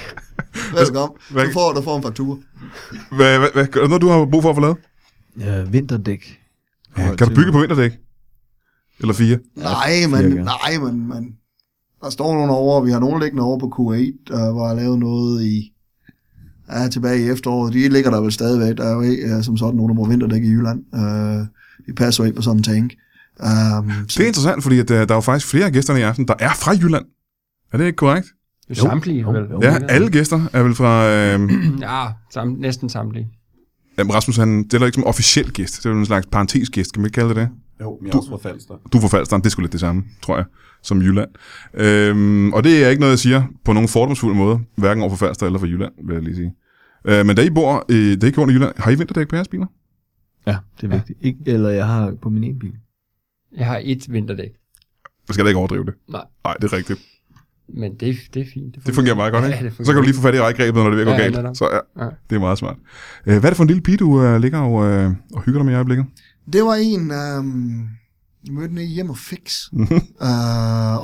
[SPEAKER 5] Velkommen.
[SPEAKER 1] Altså, hvad-
[SPEAKER 5] Du får, du får en faktur.
[SPEAKER 1] Hvad, hvad, hvad, er der noget, du har brug for at få lavet?
[SPEAKER 2] Øh, vinterdæk.
[SPEAKER 1] Ja, kan du bygge på vinterdæk? Eller fire?
[SPEAKER 5] Nej, men,
[SPEAKER 2] cirka.
[SPEAKER 5] nej, men, men. Der står nogen over, vi har nogen liggende over på Kuwait, øh, hvor jeg lavede noget i, ja, tilbage i efteråret. De ligger der vel stadigvæk. Der er jo ikke, øh, som sådan nogen, der bruger vinterdæk i Jylland. Øh, de passer jo ikke på sådan en tank. Um,
[SPEAKER 1] Det er interessant, fordi at, øh, der er jo faktisk flere af gæsterne i aften, der er fra Jylland. Er det ikke korrekt?
[SPEAKER 3] Det er jo, samtlige,
[SPEAKER 2] jo,
[SPEAKER 3] vel?
[SPEAKER 2] jo.
[SPEAKER 1] Ja, alle gæster er vel fra... Øh,
[SPEAKER 3] Ja, sam, næsten samtlige.
[SPEAKER 1] jamen, Rasmus, han, det er da ikke som officiel gæst. Det er jo en slags parentesgæst, kan man ikke kalde det det?
[SPEAKER 4] Jo, men jeg er også fra Falster.
[SPEAKER 1] Du får Falstern, det er sgu lidt det samme, tror jeg, som Jylland. Øhm, og det er ikke noget, jeg siger på nogen fordomsfuld måde, hverken over for Falster eller for Jylland, vil jeg lige sige. Øh, men da I bor, øh, da I går i Jylland, har I vinterdæk på jeres biler?
[SPEAKER 2] Ja, det er vigtigt. Ikke, eller jeg har på min egen bil.
[SPEAKER 3] Jeg har et vinterdæk.
[SPEAKER 1] Jeg skal da ikke overdrive det.
[SPEAKER 3] Nej,
[SPEAKER 1] Nej, det er rigtigt.
[SPEAKER 3] men det, det er fint.
[SPEAKER 1] Det fungerer meget godt,
[SPEAKER 3] Ja, det
[SPEAKER 1] ikke?
[SPEAKER 3] fungerer.
[SPEAKER 1] Så kan du lige få fat i rækgrebet, når det virker
[SPEAKER 3] Ja,
[SPEAKER 1] ja,
[SPEAKER 3] netop.
[SPEAKER 1] galt. Så ja,
[SPEAKER 3] Ja.
[SPEAKER 1] det er meget smart. Øh, hvad er det for en lille pige, du øh, ligger og, øh, og hygger dig med i øjeblikket?
[SPEAKER 5] Det var en, øhm, jeg mødte den i Hjem og Fix, øh,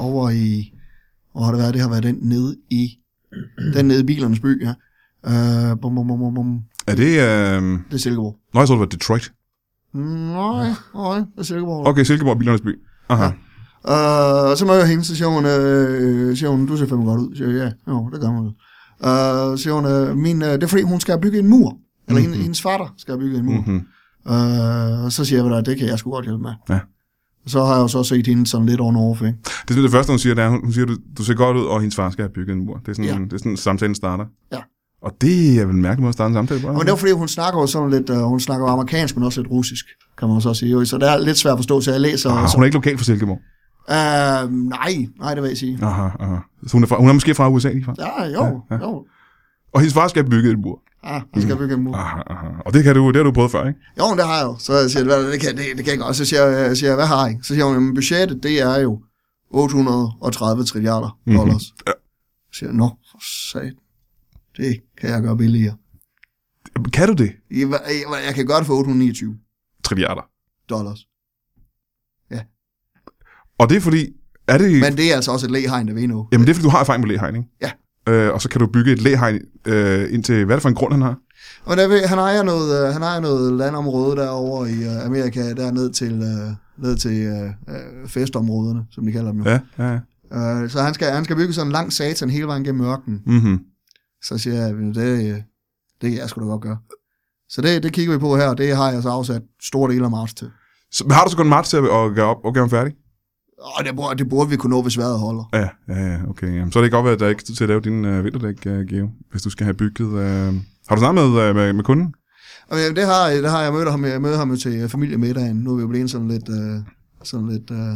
[SPEAKER 5] over i, hvor har det været, det har været den nede i, den nede i bilernes by, ja. Øh, bum, bum, bum, bum, bum.
[SPEAKER 1] Er det... Øh...
[SPEAKER 5] Det er Silkeborg.
[SPEAKER 1] Nå, jeg så, det var Detroit.
[SPEAKER 5] Nej, nej, det er Silkeborg.
[SPEAKER 1] Okay, Silkeborg, bilernes by. Aha.
[SPEAKER 5] Ja. Øh, og så mødte jeg hende, så siger hun, øh, siger hun, du ser fandme godt ud. Så siger jeg, ja, jo, det gør hun. Øh, så siger hun, øh, min, øh, det er fordi, hun skal bygge en mur. Eller mm-hmm. hendes fatter skal bygge en mur.
[SPEAKER 1] Mm-hmm.
[SPEAKER 5] Øh, og så siger jeg, "Ved du hvad det kan jeg sgu godt hjælpe med.
[SPEAKER 1] Ja.
[SPEAKER 5] Så har jeg jo så set hende sådan lidt over en overfæng.
[SPEAKER 1] Det er sådan, det første, hun siger, det er, hun hun siger, du, du ser godt ud, og hendes far skal have bygget en mur. Det er sådan, ja.
[SPEAKER 5] Ja.
[SPEAKER 1] det er sådan samtalen starter.
[SPEAKER 5] Ja.
[SPEAKER 1] Og det er vel en mærkelig måde at starte en samtale på.
[SPEAKER 5] Og men det var fordi, hun snakker jo sådan lidt, øh, hun snakker jo amerikansk, men også lidt russisk, kan man jo så sige. Jo, Så det er lidt svært at forstå, så jeg læser...
[SPEAKER 1] ah,
[SPEAKER 5] så,
[SPEAKER 1] hun er ikke lokal for Silkeborg.
[SPEAKER 5] øh, nej, nej, det vil jeg sige.
[SPEAKER 1] Aha, aha. Så hun er, fra, hun er måske fra USA lige fra.
[SPEAKER 5] Ja, jo,
[SPEAKER 1] Ja,
[SPEAKER 5] ja,
[SPEAKER 1] ja. Mm.
[SPEAKER 5] ja. jo.
[SPEAKER 1] Og hendes far skal have bygget et mur.
[SPEAKER 5] Ah, jeg skal bygge en mur.
[SPEAKER 1] Aha, aha. Og det, kan du, det har du prøvet før, ikke?
[SPEAKER 5] Jo, men det har jeg jo. Så jeg siger, hvad, det, kan, det, det kan jeg godt. Så siger jeg, jeg siger, hvad har I? Så siger hun, jamen budgettet, det er jo 830 trilliarder
[SPEAKER 1] Mhm.
[SPEAKER 5] dollars. Mm-hmm. Ja. Så siger jeg, nå, for satan. Det kan jeg gøre billigere.
[SPEAKER 1] Kan du det?
[SPEAKER 5] I, jeg, jeg kan gøre det for 829
[SPEAKER 1] Trilliarder.
[SPEAKER 5] dollars.
[SPEAKER 1] Og det er fordi, er det... Men...
[SPEAKER 5] Men det er altså også et læhegn, der ved nu.
[SPEAKER 1] Jamen det er fordi, du har erfaring med læhegn, ikke?
[SPEAKER 5] Ja.
[SPEAKER 1] Øh, og så kan du bygge et læhegn øh, indtil... Hvad er det for en grund, han har?
[SPEAKER 5] Og der, ved- han ejer noget, øh, han ejer noget landområde derovre i øh, Amerika, der ned til, øh, ned til øh, øh, festområderne, som de kalder dem jo.
[SPEAKER 1] Ja, ja.
[SPEAKER 5] Øh, så han skal, han skal bygge sådan en lang satan hele vejen gennem ørkenen.
[SPEAKER 1] Mm-hmm.
[SPEAKER 5] Så siger jeg, "Jamen, det, øh, det kan jeg sgu da godt gøre. Så det, det kigger vi på her, og det har jeg så afsat store dele af marts til.
[SPEAKER 1] Så, men har du så kun marts til at at gøre op og gøre ham færdig?
[SPEAKER 5] Og det, burde- det burde vi kunne nå, hvis vejret holder.
[SPEAKER 1] Ja, ja, ja, okay. Jamen, så er det ikke opværet, at der ikke er tid til at lave din øh, vinterdæk, øh, Geo, hvis du skal have bygget... Øh... Har du snakket med, øh, med, med kunden?
[SPEAKER 5] Og men, det har, det har jeg mødt ham, jeg mødte ham jo til øh, familiemiddagen. Nu er vi jo blevet sådan lidt, øh, sådan lidt, øh,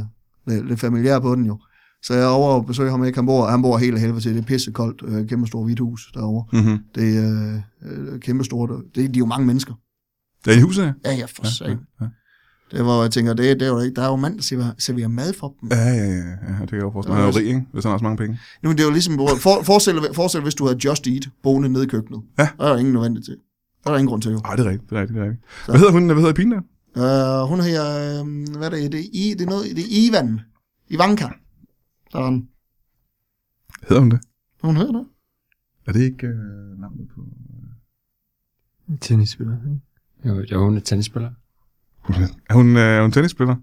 [SPEAKER 5] lidt, lidt familiær på den jo. Så jeg er over og besøger ham, ikke? Han bor, han bor helt af helvede til. Det er pissekoldt, øh, kæmpe stort hvidt hus derovre.
[SPEAKER 1] Mm-hmm.
[SPEAKER 5] Det er øh, øh, kæmpe stort. Det, de er jo mange mennesker.
[SPEAKER 1] Det er i huset, ja.
[SPEAKER 5] Ja, ja, for ja,
[SPEAKER 1] ja, ja.
[SPEAKER 5] Det var, jeg tænker, det, det er jo ikke, der er jo mand, der serverer, serverer mad for dem.
[SPEAKER 1] Ja, ja, ja, ja, det kan jeg jo forestille mig. Han er jo rig, ikke? Hvis han har så mange penge.
[SPEAKER 5] Nu, det er jo ligesom, for, forestil, dig- forestil dig, hvis du havde Just Eat boende nede i køkkenet.
[SPEAKER 1] Ja.
[SPEAKER 5] Der er der ingen nødvendigt til. Der er der ingen grund til jo.
[SPEAKER 1] Ej, det er rigtigt, det er rigtigt, det er rigtigt. Hvad hedder hun, hvad hedder pigen der?
[SPEAKER 5] Uh, hun her, øh, hvad er det, det er, I, det er, noget, det er Ivan. Ivanka. Sådan.
[SPEAKER 1] Hedder hun det?
[SPEAKER 5] Hun hedder det.
[SPEAKER 1] Er det ikke øh, navnet på...
[SPEAKER 2] Tennisspiller.
[SPEAKER 3] Jo, jo, hun er tennisspiller.
[SPEAKER 1] Er hun, øh, er hun tennisspiller?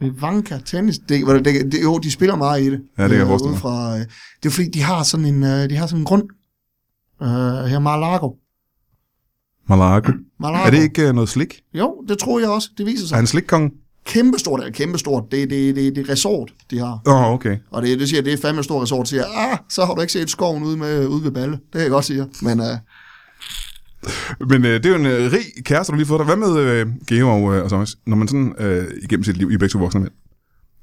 [SPEAKER 5] Ivanka tennis. Det, hvad er det, det, det, jo, de spiller meget i det.
[SPEAKER 1] Ja, det kan jeg
[SPEAKER 5] Øh,
[SPEAKER 1] forestille
[SPEAKER 5] ude
[SPEAKER 1] mig.
[SPEAKER 5] Fra, øh, det er fordi, de har sådan en, øh, de har sådan en grund. Uh, her Malago.
[SPEAKER 1] Malaga.
[SPEAKER 5] Malago.
[SPEAKER 1] Er det ikke øh, noget slik?
[SPEAKER 5] Jo, det tror jeg også. Det viser
[SPEAKER 1] Er
[SPEAKER 5] sig.
[SPEAKER 1] han slikkongen?
[SPEAKER 5] Kæmpestort eller kæmpestort. Det, det, det, det er resort, de har.
[SPEAKER 1] Åh, oh, okay.
[SPEAKER 5] Og det, det siger, det er fandme stor resort, siger, ah, så har du ikke set skoven ude, med, ude ved Balle. Det kan jeg godt sige. Men uh,
[SPEAKER 1] Men øh, det er jo en øh, rig kæreste, du lige har fået dig. Hvad med øh, Geo og, øh, og Thomas? Når man sådan øh, igennem sit liv, I er begge to voksne mænd,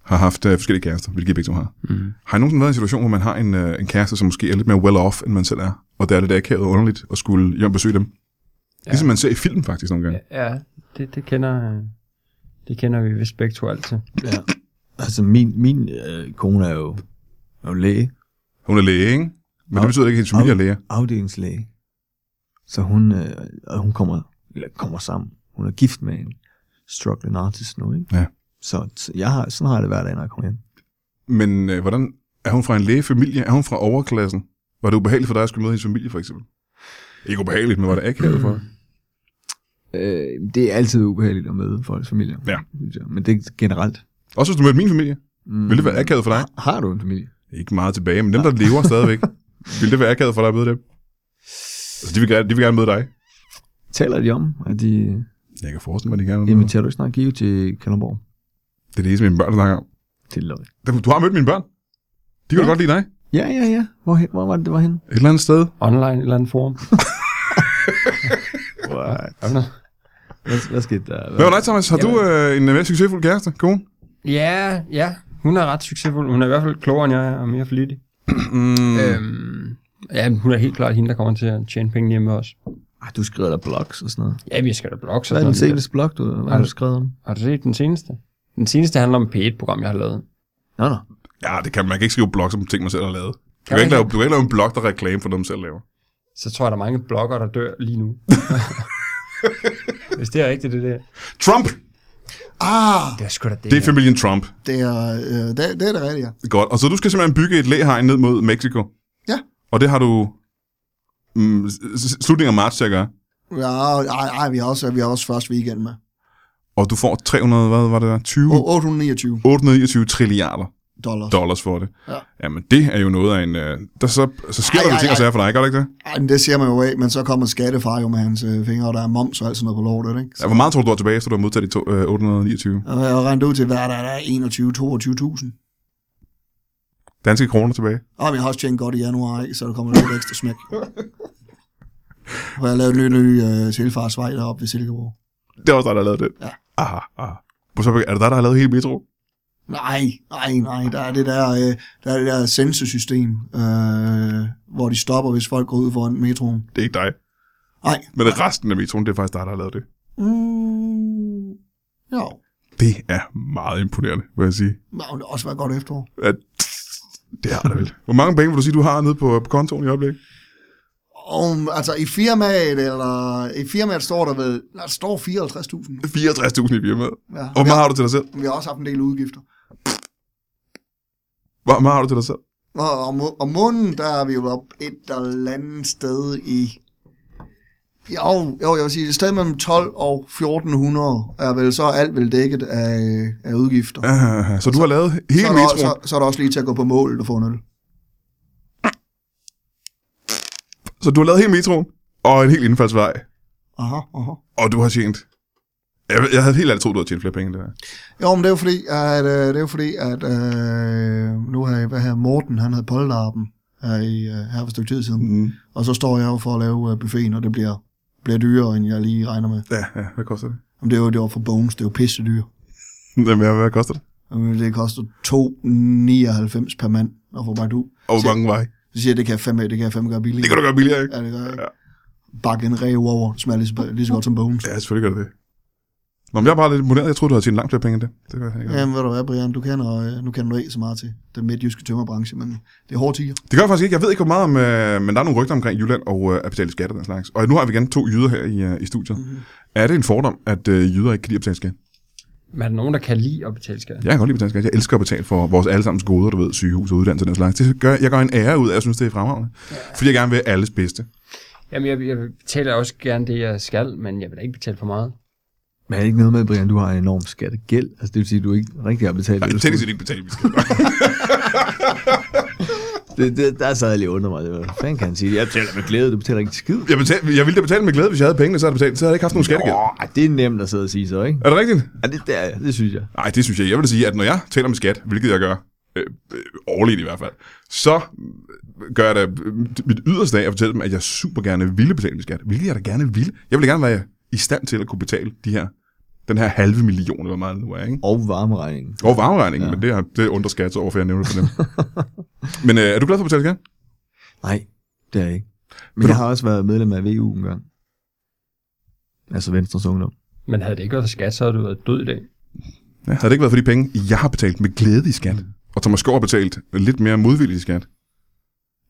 [SPEAKER 1] har haft øh, forskellige kærester, hvilket I begge to har. Mm. Har I nogensinde været i en situation, hvor man har en, øh, en kæreste, som måske er lidt mere well-off, end man selv er? Og det er lidt akavet og underligt at skulle hjem og besøge dem? Ja. Ligesom man ser i film faktisk nogle gange. Ja.
[SPEAKER 3] Ja, det, det kender... øh, Det kender vi vist begge to altid.
[SPEAKER 2] Ja. Altså, min, min øh, kone er jo, er jo læge,
[SPEAKER 1] Hun er læge, ikke? Men det
[SPEAKER 2] Au.
[SPEAKER 1] betyder ikke, at hendes familie er læger.
[SPEAKER 2] afdelingslæge. Så hun, øh, og hun kommer, eller kommer sammen. Hun er gift med en struggling artist nu, ikke?
[SPEAKER 1] Ja.
[SPEAKER 2] Så t- jeg har, sådan har jeg det hver dag, når jeg kommer hjem.
[SPEAKER 1] Men øh, hvordan er hun fra en lægefamilie? Er hun fra overklassen? Var det ubehageligt for dig at skulle møde hendes familie, for eksempel? Ikke ubehageligt, men var det akavet for dig?
[SPEAKER 2] Øh, det er altid ubehageligt at møde folks familier.
[SPEAKER 1] Ja.
[SPEAKER 2] synes jeg. Men det er generelt.
[SPEAKER 1] Også hvis du mødte min familie.
[SPEAKER 2] Mm.
[SPEAKER 1] Ville det være akavet for dig?
[SPEAKER 2] Har du en familie?
[SPEAKER 1] Ikke meget tilbage, men dem, der lever stadigvæk. Vil det være akavet for dig at møde dem? Altså, de vil gerne, de vil gerne møde dig.
[SPEAKER 2] Taler de om, at de øh,
[SPEAKER 1] Jeg kan forestille mig, at de gerne vil møde dig.
[SPEAKER 2] inviterer du ikke snart give til Kalundborg?
[SPEAKER 1] Det er det eneste, mine børn snakker om.
[SPEAKER 2] Det er løgn.
[SPEAKER 1] Dem- Du har mødt mine børn. De kan ja.
[SPEAKER 2] Ja.
[SPEAKER 1] godt lide dig.
[SPEAKER 2] Ja, ja, ja. Hvor, hen- hvor var det, det var henne?
[SPEAKER 1] Et eller andet sted.
[SPEAKER 3] Online et eller andet forum.
[SPEAKER 2] What?
[SPEAKER 3] Er der noget?
[SPEAKER 2] Hvad, hvad skete der?
[SPEAKER 1] Hvad var dig, Thomas? Har du
[SPEAKER 3] Jamen.
[SPEAKER 1] øh, en mere succesfuld kæreste, kone?
[SPEAKER 3] Ja, ja. Hun er ret succesfuld. Hun er i hvert fald klogere end jeg er, og mere flittig.
[SPEAKER 1] Mm.
[SPEAKER 3] Mm. Øhm, ja, men hun er helt klart hende, der kommer til at tjene penge hjemme også.
[SPEAKER 2] Ah, du skriver der blogs og sådan noget.
[SPEAKER 3] Ja, vi skal da blogge.
[SPEAKER 2] Hvad er den seneste blog, du hvad har du
[SPEAKER 3] Altså-
[SPEAKER 2] skrevet om?
[SPEAKER 3] Har du set den seneste? Den seneste handler om et P1-program, jeg har lavet.
[SPEAKER 2] Nå, nå.
[SPEAKER 1] Ja, det kan man. man kan ikke skrive blogs om ting, man selv har lavet. Du kan,
[SPEAKER 3] man
[SPEAKER 1] ikke lave,
[SPEAKER 3] ikke?
[SPEAKER 1] du kan ikke lave en blog, der reklame for noget, man selv laver.
[SPEAKER 3] Så tror jeg, der er mange bloggere, der dør lige nu. Hvis det er rigtigt, det der.
[SPEAKER 1] Trump!
[SPEAKER 5] ah,
[SPEAKER 3] Det er sgu da det.
[SPEAKER 1] Det er familien Trump.
[SPEAKER 5] det er, øh, det, det er det rigtige, ja.
[SPEAKER 1] Godt. Og så du skal simpelthen bygge et læhegn ned mod Mexico.
[SPEAKER 5] Ja.
[SPEAKER 1] Og det har du mm, s- s- slutningen af marts til at gøre.
[SPEAKER 5] Ja, ej, ej, vi har også, vi har også første weekend med.
[SPEAKER 1] Og du får 300, hvad var det der? 20?
[SPEAKER 5] O- 829
[SPEAKER 1] 829 trilliarder
[SPEAKER 5] dollars.
[SPEAKER 1] dollars for det.
[SPEAKER 5] Ja.
[SPEAKER 1] Jamen, det er jo noget af en... Øh, der så, så sker
[SPEAKER 5] Ej,
[SPEAKER 1] der vel
[SPEAKER 5] ej,
[SPEAKER 1] ting og
[SPEAKER 5] ej.
[SPEAKER 1] sager for dig, gør det ikke det?
[SPEAKER 5] Ej, men det ser man jo af, men så kommer skattefar jo med hans øh, fingre, og der er moms og alt sådan noget på lortet, ikke?
[SPEAKER 1] Ja,
[SPEAKER 5] Så,
[SPEAKER 1] hvor meget tror du, du har tilbage, efter du har modtaget de to, øh, 829
[SPEAKER 5] og jeg har regnet ud til, hvad er der, der er 21-22.000.
[SPEAKER 1] danske kroner tilbage?
[SPEAKER 5] Og jeg har også tjent godt i januar, ikke? så der kommer lidt ekstra smæk. Og jeg har lavet en ny, ny øh, tilfarsvej deroppe ved Silkeborg.
[SPEAKER 1] Det er også dig, der har lavet det.
[SPEAKER 5] Ja.
[SPEAKER 1] Aha, aha. Og Så er det dig, der har lavet hele metro?
[SPEAKER 5] Nej, nej, nej. Der er det der, øh, der, er det der sensesystem, øh, hvor de stopper, hvis folk går ud foran metroen.
[SPEAKER 1] Det er ikke dig.
[SPEAKER 5] Nej.
[SPEAKER 1] Men resten af metroen, det er faktisk dig, der har lavet det.
[SPEAKER 5] Mm, jo,
[SPEAKER 1] Det er meget imponerende, vil jeg sige.
[SPEAKER 5] men det har også været godt efterår.
[SPEAKER 1] At, det har det vel. Hvor mange penge vil du sige, du har nede på, på kontoen i øjeblikket?
[SPEAKER 5] Og, altså i firmaet, eller i firmaet står der ved, der står 54.000.
[SPEAKER 1] 64.000 i firmaet.
[SPEAKER 5] Ja.
[SPEAKER 1] Og hvor meget har du til dig selv?
[SPEAKER 5] Vi har også haft en del udgifter.
[SPEAKER 1] Hvor meget har du til dig selv?
[SPEAKER 5] Og om, om måneden, der er vi jo op et eller andet sted i... Jo, jo, jeg vil sige, et sted mellem 12 og 1400 er vel så alt vel dækket af, af udgifter.
[SPEAKER 1] Ah, så du har lavet
[SPEAKER 5] så,
[SPEAKER 1] hele
[SPEAKER 5] er der,
[SPEAKER 1] metroen?
[SPEAKER 5] så, så er der også lige til at gå på målet og få en øl.
[SPEAKER 1] Så du har lavet hele metroen og en helt indfaldsvej,
[SPEAKER 5] Aha, aha.
[SPEAKER 1] og du har tjent... Jeg, jeg havde helt ærligt troet, du havde tjent flere penge, end det der.
[SPEAKER 5] Jo, men det er jo fordi, at, øh, det er jo fordi, at øh, nu har jeg, hvad her, Morten, han havde polterappen her, i, øh, her for et stykke tid siden.
[SPEAKER 1] Mm.
[SPEAKER 5] Og så står jeg jo for at lave øh, buffeten, og det bliver bliver dyrere, end jeg lige regner med.
[SPEAKER 1] Ja, ja, hvad koster det?
[SPEAKER 5] Jamen, det er jo det var for Bones, det er jo pisse dyrt.
[SPEAKER 1] Jamen, hvad, hvad koster det?
[SPEAKER 5] Jamen, det koster 2,99 per mand at få Baidu.
[SPEAKER 1] Og hvor mange var I?
[SPEAKER 5] Så siger jeg, det kan jeg fandme, det kan jeg fandme gøre billigere.
[SPEAKER 1] Det kan du gøre billigere, ikke?
[SPEAKER 5] Ja, det gør jeg. Ja. Bakke en rev over, det smager lige så, lige så godt som Bones.
[SPEAKER 1] Ja, selvfølgelig gør det det. Nå, men jeg er bare lidt imponeret. Jeg troede, du havde tjent langt flere penge end det. Det gør jeg ikke.
[SPEAKER 5] Jamen, ved du hvad, Brian, du kender, øh, nu kender du ikke så meget til den midtjyske tømmerbranche, men det er hårdt tiger.
[SPEAKER 1] Det gør jeg faktisk ikke. Jeg ved ikke, hvor meget om... Øh, men der er nogle rygter omkring Jylland og øh, at betale skat og den slags. Og nu har vi igen to jyder her i, øh, i studiet. Mm-hmm. Er det en fordom, at øh, jyder ikke kan lide at betale skat?
[SPEAKER 3] Men er der nogen, der kan lide at betale skat?
[SPEAKER 1] Jeg kan godt lide at betale skat. Jeg elsker at betale for vores allesammens goder, du ved, sygehus og uddannelse og den slags. Det gør, jeg gør en ære ud af, at jeg synes, det er fremragende. Ja. Fordi jeg gerne vil alles bedste.
[SPEAKER 3] Jamen, jeg, jeg betaler også gerne det, jeg skal, men jeg vil da ikke betale for meget.
[SPEAKER 2] Men er det ikke noget med, Brian, du har en enorm skattegæld? Altså, det vil sige, at du ikke rigtig har betalt
[SPEAKER 1] Nej,
[SPEAKER 2] det, du
[SPEAKER 1] jeg tænker ikke betale min skat.
[SPEAKER 2] skulle. det, det, Der sad jeg lige under mig. Det var, hvad fanden kan han sige? Jeg betaler med glæde, du betaler ikke en skid.
[SPEAKER 1] Jeg, betal, jeg ville da betale med glæde, hvis jeg havde pengene, så havde jeg, betalt, så havde jeg ikke haft nogen skattegæld.
[SPEAKER 2] Åh, det er nemt at sidde og sige så, ikke?
[SPEAKER 1] Er det rigtigt?
[SPEAKER 2] Ja, det, det, er, det synes jeg.
[SPEAKER 1] Nej, det synes jeg. Jeg vil da sige, at når jeg taler med skat, hvilket jeg gør, øh, øh, årligt i hvert fald, så øh, gør jeg da øh, mit yderste af at fortælle dem, at jeg super gerne ville betale min skat. Hvilket jeg da gerne ville. Jeg vil da gerne være i stand til at kunne betale de her, den her halve million, eller hvor meget det nu er, ikke?
[SPEAKER 2] Og varmeregningen.
[SPEAKER 1] Og oh, varmeregningen, ja. men det, er, det undrer skat så over, for jeg nævner det for dem. men øh, er du glad for at betale skat?
[SPEAKER 2] Nej, det er jeg ikke. Men jeg har også været medlem af VU en gang. Altså Venstres Ungdom.
[SPEAKER 3] Men havde det ikke været for skat, så havde du været død i dag.
[SPEAKER 1] Ja, havde det ikke været for de penge, jeg har betalt med glæde i skat, og Thomas Skov har betalt lidt mere modvilligt i skat,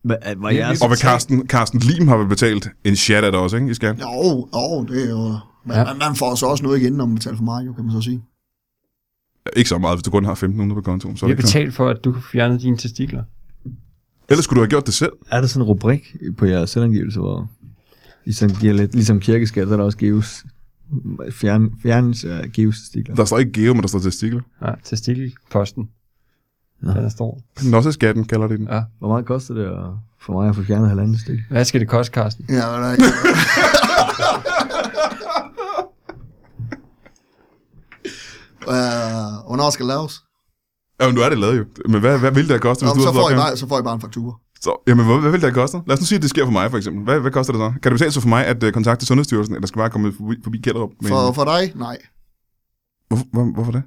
[SPEAKER 2] Hva, var jeg
[SPEAKER 1] og hvad Carsten, Carsten Lim har vel betalt en chat af det også, ikke, i skat?
[SPEAKER 5] Jo, jo, det er jo... Man,
[SPEAKER 3] Ja.
[SPEAKER 5] ja. man får så også noget igen, når man betaler for meget, jo, kan man så sige.
[SPEAKER 1] Ikke så meget, hvis du kun har 1.500 på kontoen. Så er det
[SPEAKER 3] Vi har
[SPEAKER 1] ikke så-
[SPEAKER 3] betalt for, at du kan fjerne dine testikler.
[SPEAKER 1] Ellers skulle du have gjort det selv.
[SPEAKER 2] Er der sådan en rubrik på jeres selvangivelse, hvor ligesom, giver lidt, ligesom kirkeskat, så er der også gives fjern, fjernes uh, givestikler.
[SPEAKER 1] Der står ikke geo, men der står testikler.
[SPEAKER 3] Nej, testikelposten.
[SPEAKER 2] Nå.
[SPEAKER 3] Ja. Den er stor.
[SPEAKER 1] Nosseskatten kalder de den.
[SPEAKER 3] Ja.
[SPEAKER 2] Hvor meget koster det at, for mig at få fjernet halvanden stik?
[SPEAKER 3] Hvad skal det koste, Carsten?
[SPEAKER 5] Ja, der er ikke... Øh, hvornår skal det laves?
[SPEAKER 1] Ja, men nu er det lavet jo. Men hvad, hvad ville det have kostet,
[SPEAKER 5] Nå,
[SPEAKER 1] hvis du
[SPEAKER 5] så,
[SPEAKER 1] havde
[SPEAKER 5] får
[SPEAKER 1] fået
[SPEAKER 5] I
[SPEAKER 1] opgaven?
[SPEAKER 5] bare, så får I bare en faktura.
[SPEAKER 1] Så, jamen, hvad, hvad ville det have kostet? Lad os nu sige, at det sker for mig, for eksempel. Hvad, hvad koster det så? Kan det betale sig for mig at uh, kontakte Sundhedsstyrelsen, eller skal jeg bare komme forbi, forbi Kjellerup? Med
[SPEAKER 5] For,
[SPEAKER 1] en-
[SPEAKER 5] for dig? Nej.
[SPEAKER 1] Hvorfor, hvor, hvorfor det?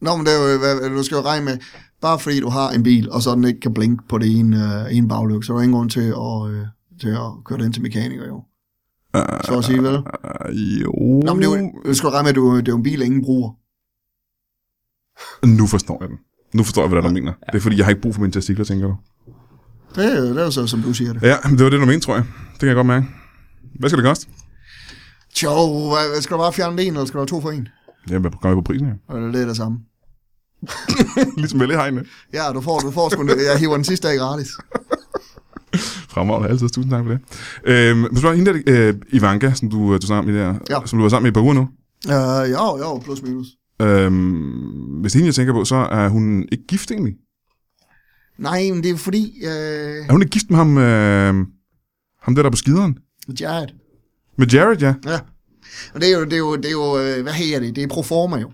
[SPEAKER 5] Nå, men det er jo, hvad- du skal jo regne med, bare fordi du har en bil, og så den ikke kan blinke på det ene, øh, ene baglygte, så er der ingen grund til at, øh, til at køre den til mekaniker, jo.
[SPEAKER 1] Uh,
[SPEAKER 5] Så at sige, vel?
[SPEAKER 1] uh, jo...
[SPEAKER 5] Nå, men det er jo, du skal jo regne med, at du, det er jo en bil, ingen bruger.
[SPEAKER 1] oh. Nu forstår jeg den. Nu forstår jeg, hvad det er, du mener. Det er fordi, jeg har ikke brug for mine testikler, tænker du.
[SPEAKER 5] Det, er jo- det er jo så, som du siger det.
[SPEAKER 1] Ja, men det var det, du mente, tror jeg. Det kan jeg godt mærke. Hvad skal det koste?
[SPEAKER 5] Jo, hvad- skal du bare fjerne en, eller skal du have to for en?
[SPEAKER 1] Ja, hvad kommer jeg på prisen her?
[SPEAKER 5] Og det er lidt det samme.
[SPEAKER 1] ligesom vælgehegnet.
[SPEAKER 5] Ja, du får, du får sgu, jeg hiver den sidste dag gratis.
[SPEAKER 1] Fremragende, altid. Tusind tak for det. Øhm, men så var hende der, øh, Ivanka, som du, øh, du, sammen med der,
[SPEAKER 5] Ja.
[SPEAKER 1] som du var sammen med i et par uger nu.
[SPEAKER 5] Øh, jo, jo, plus minus.
[SPEAKER 1] Øhm, hvis det er hende, jeg tænker på, så er hun ikke gift egentlig.
[SPEAKER 5] Nej, men det er fordi, øh,
[SPEAKER 1] Er hun ikke gift med ham, øh, ham der, der er på skideren?
[SPEAKER 5] Jared.
[SPEAKER 1] Med Jared, ja.
[SPEAKER 5] Ja. Og det er jo, det er jo, det er jo øh, hvad hedder det? Det er proforma jo.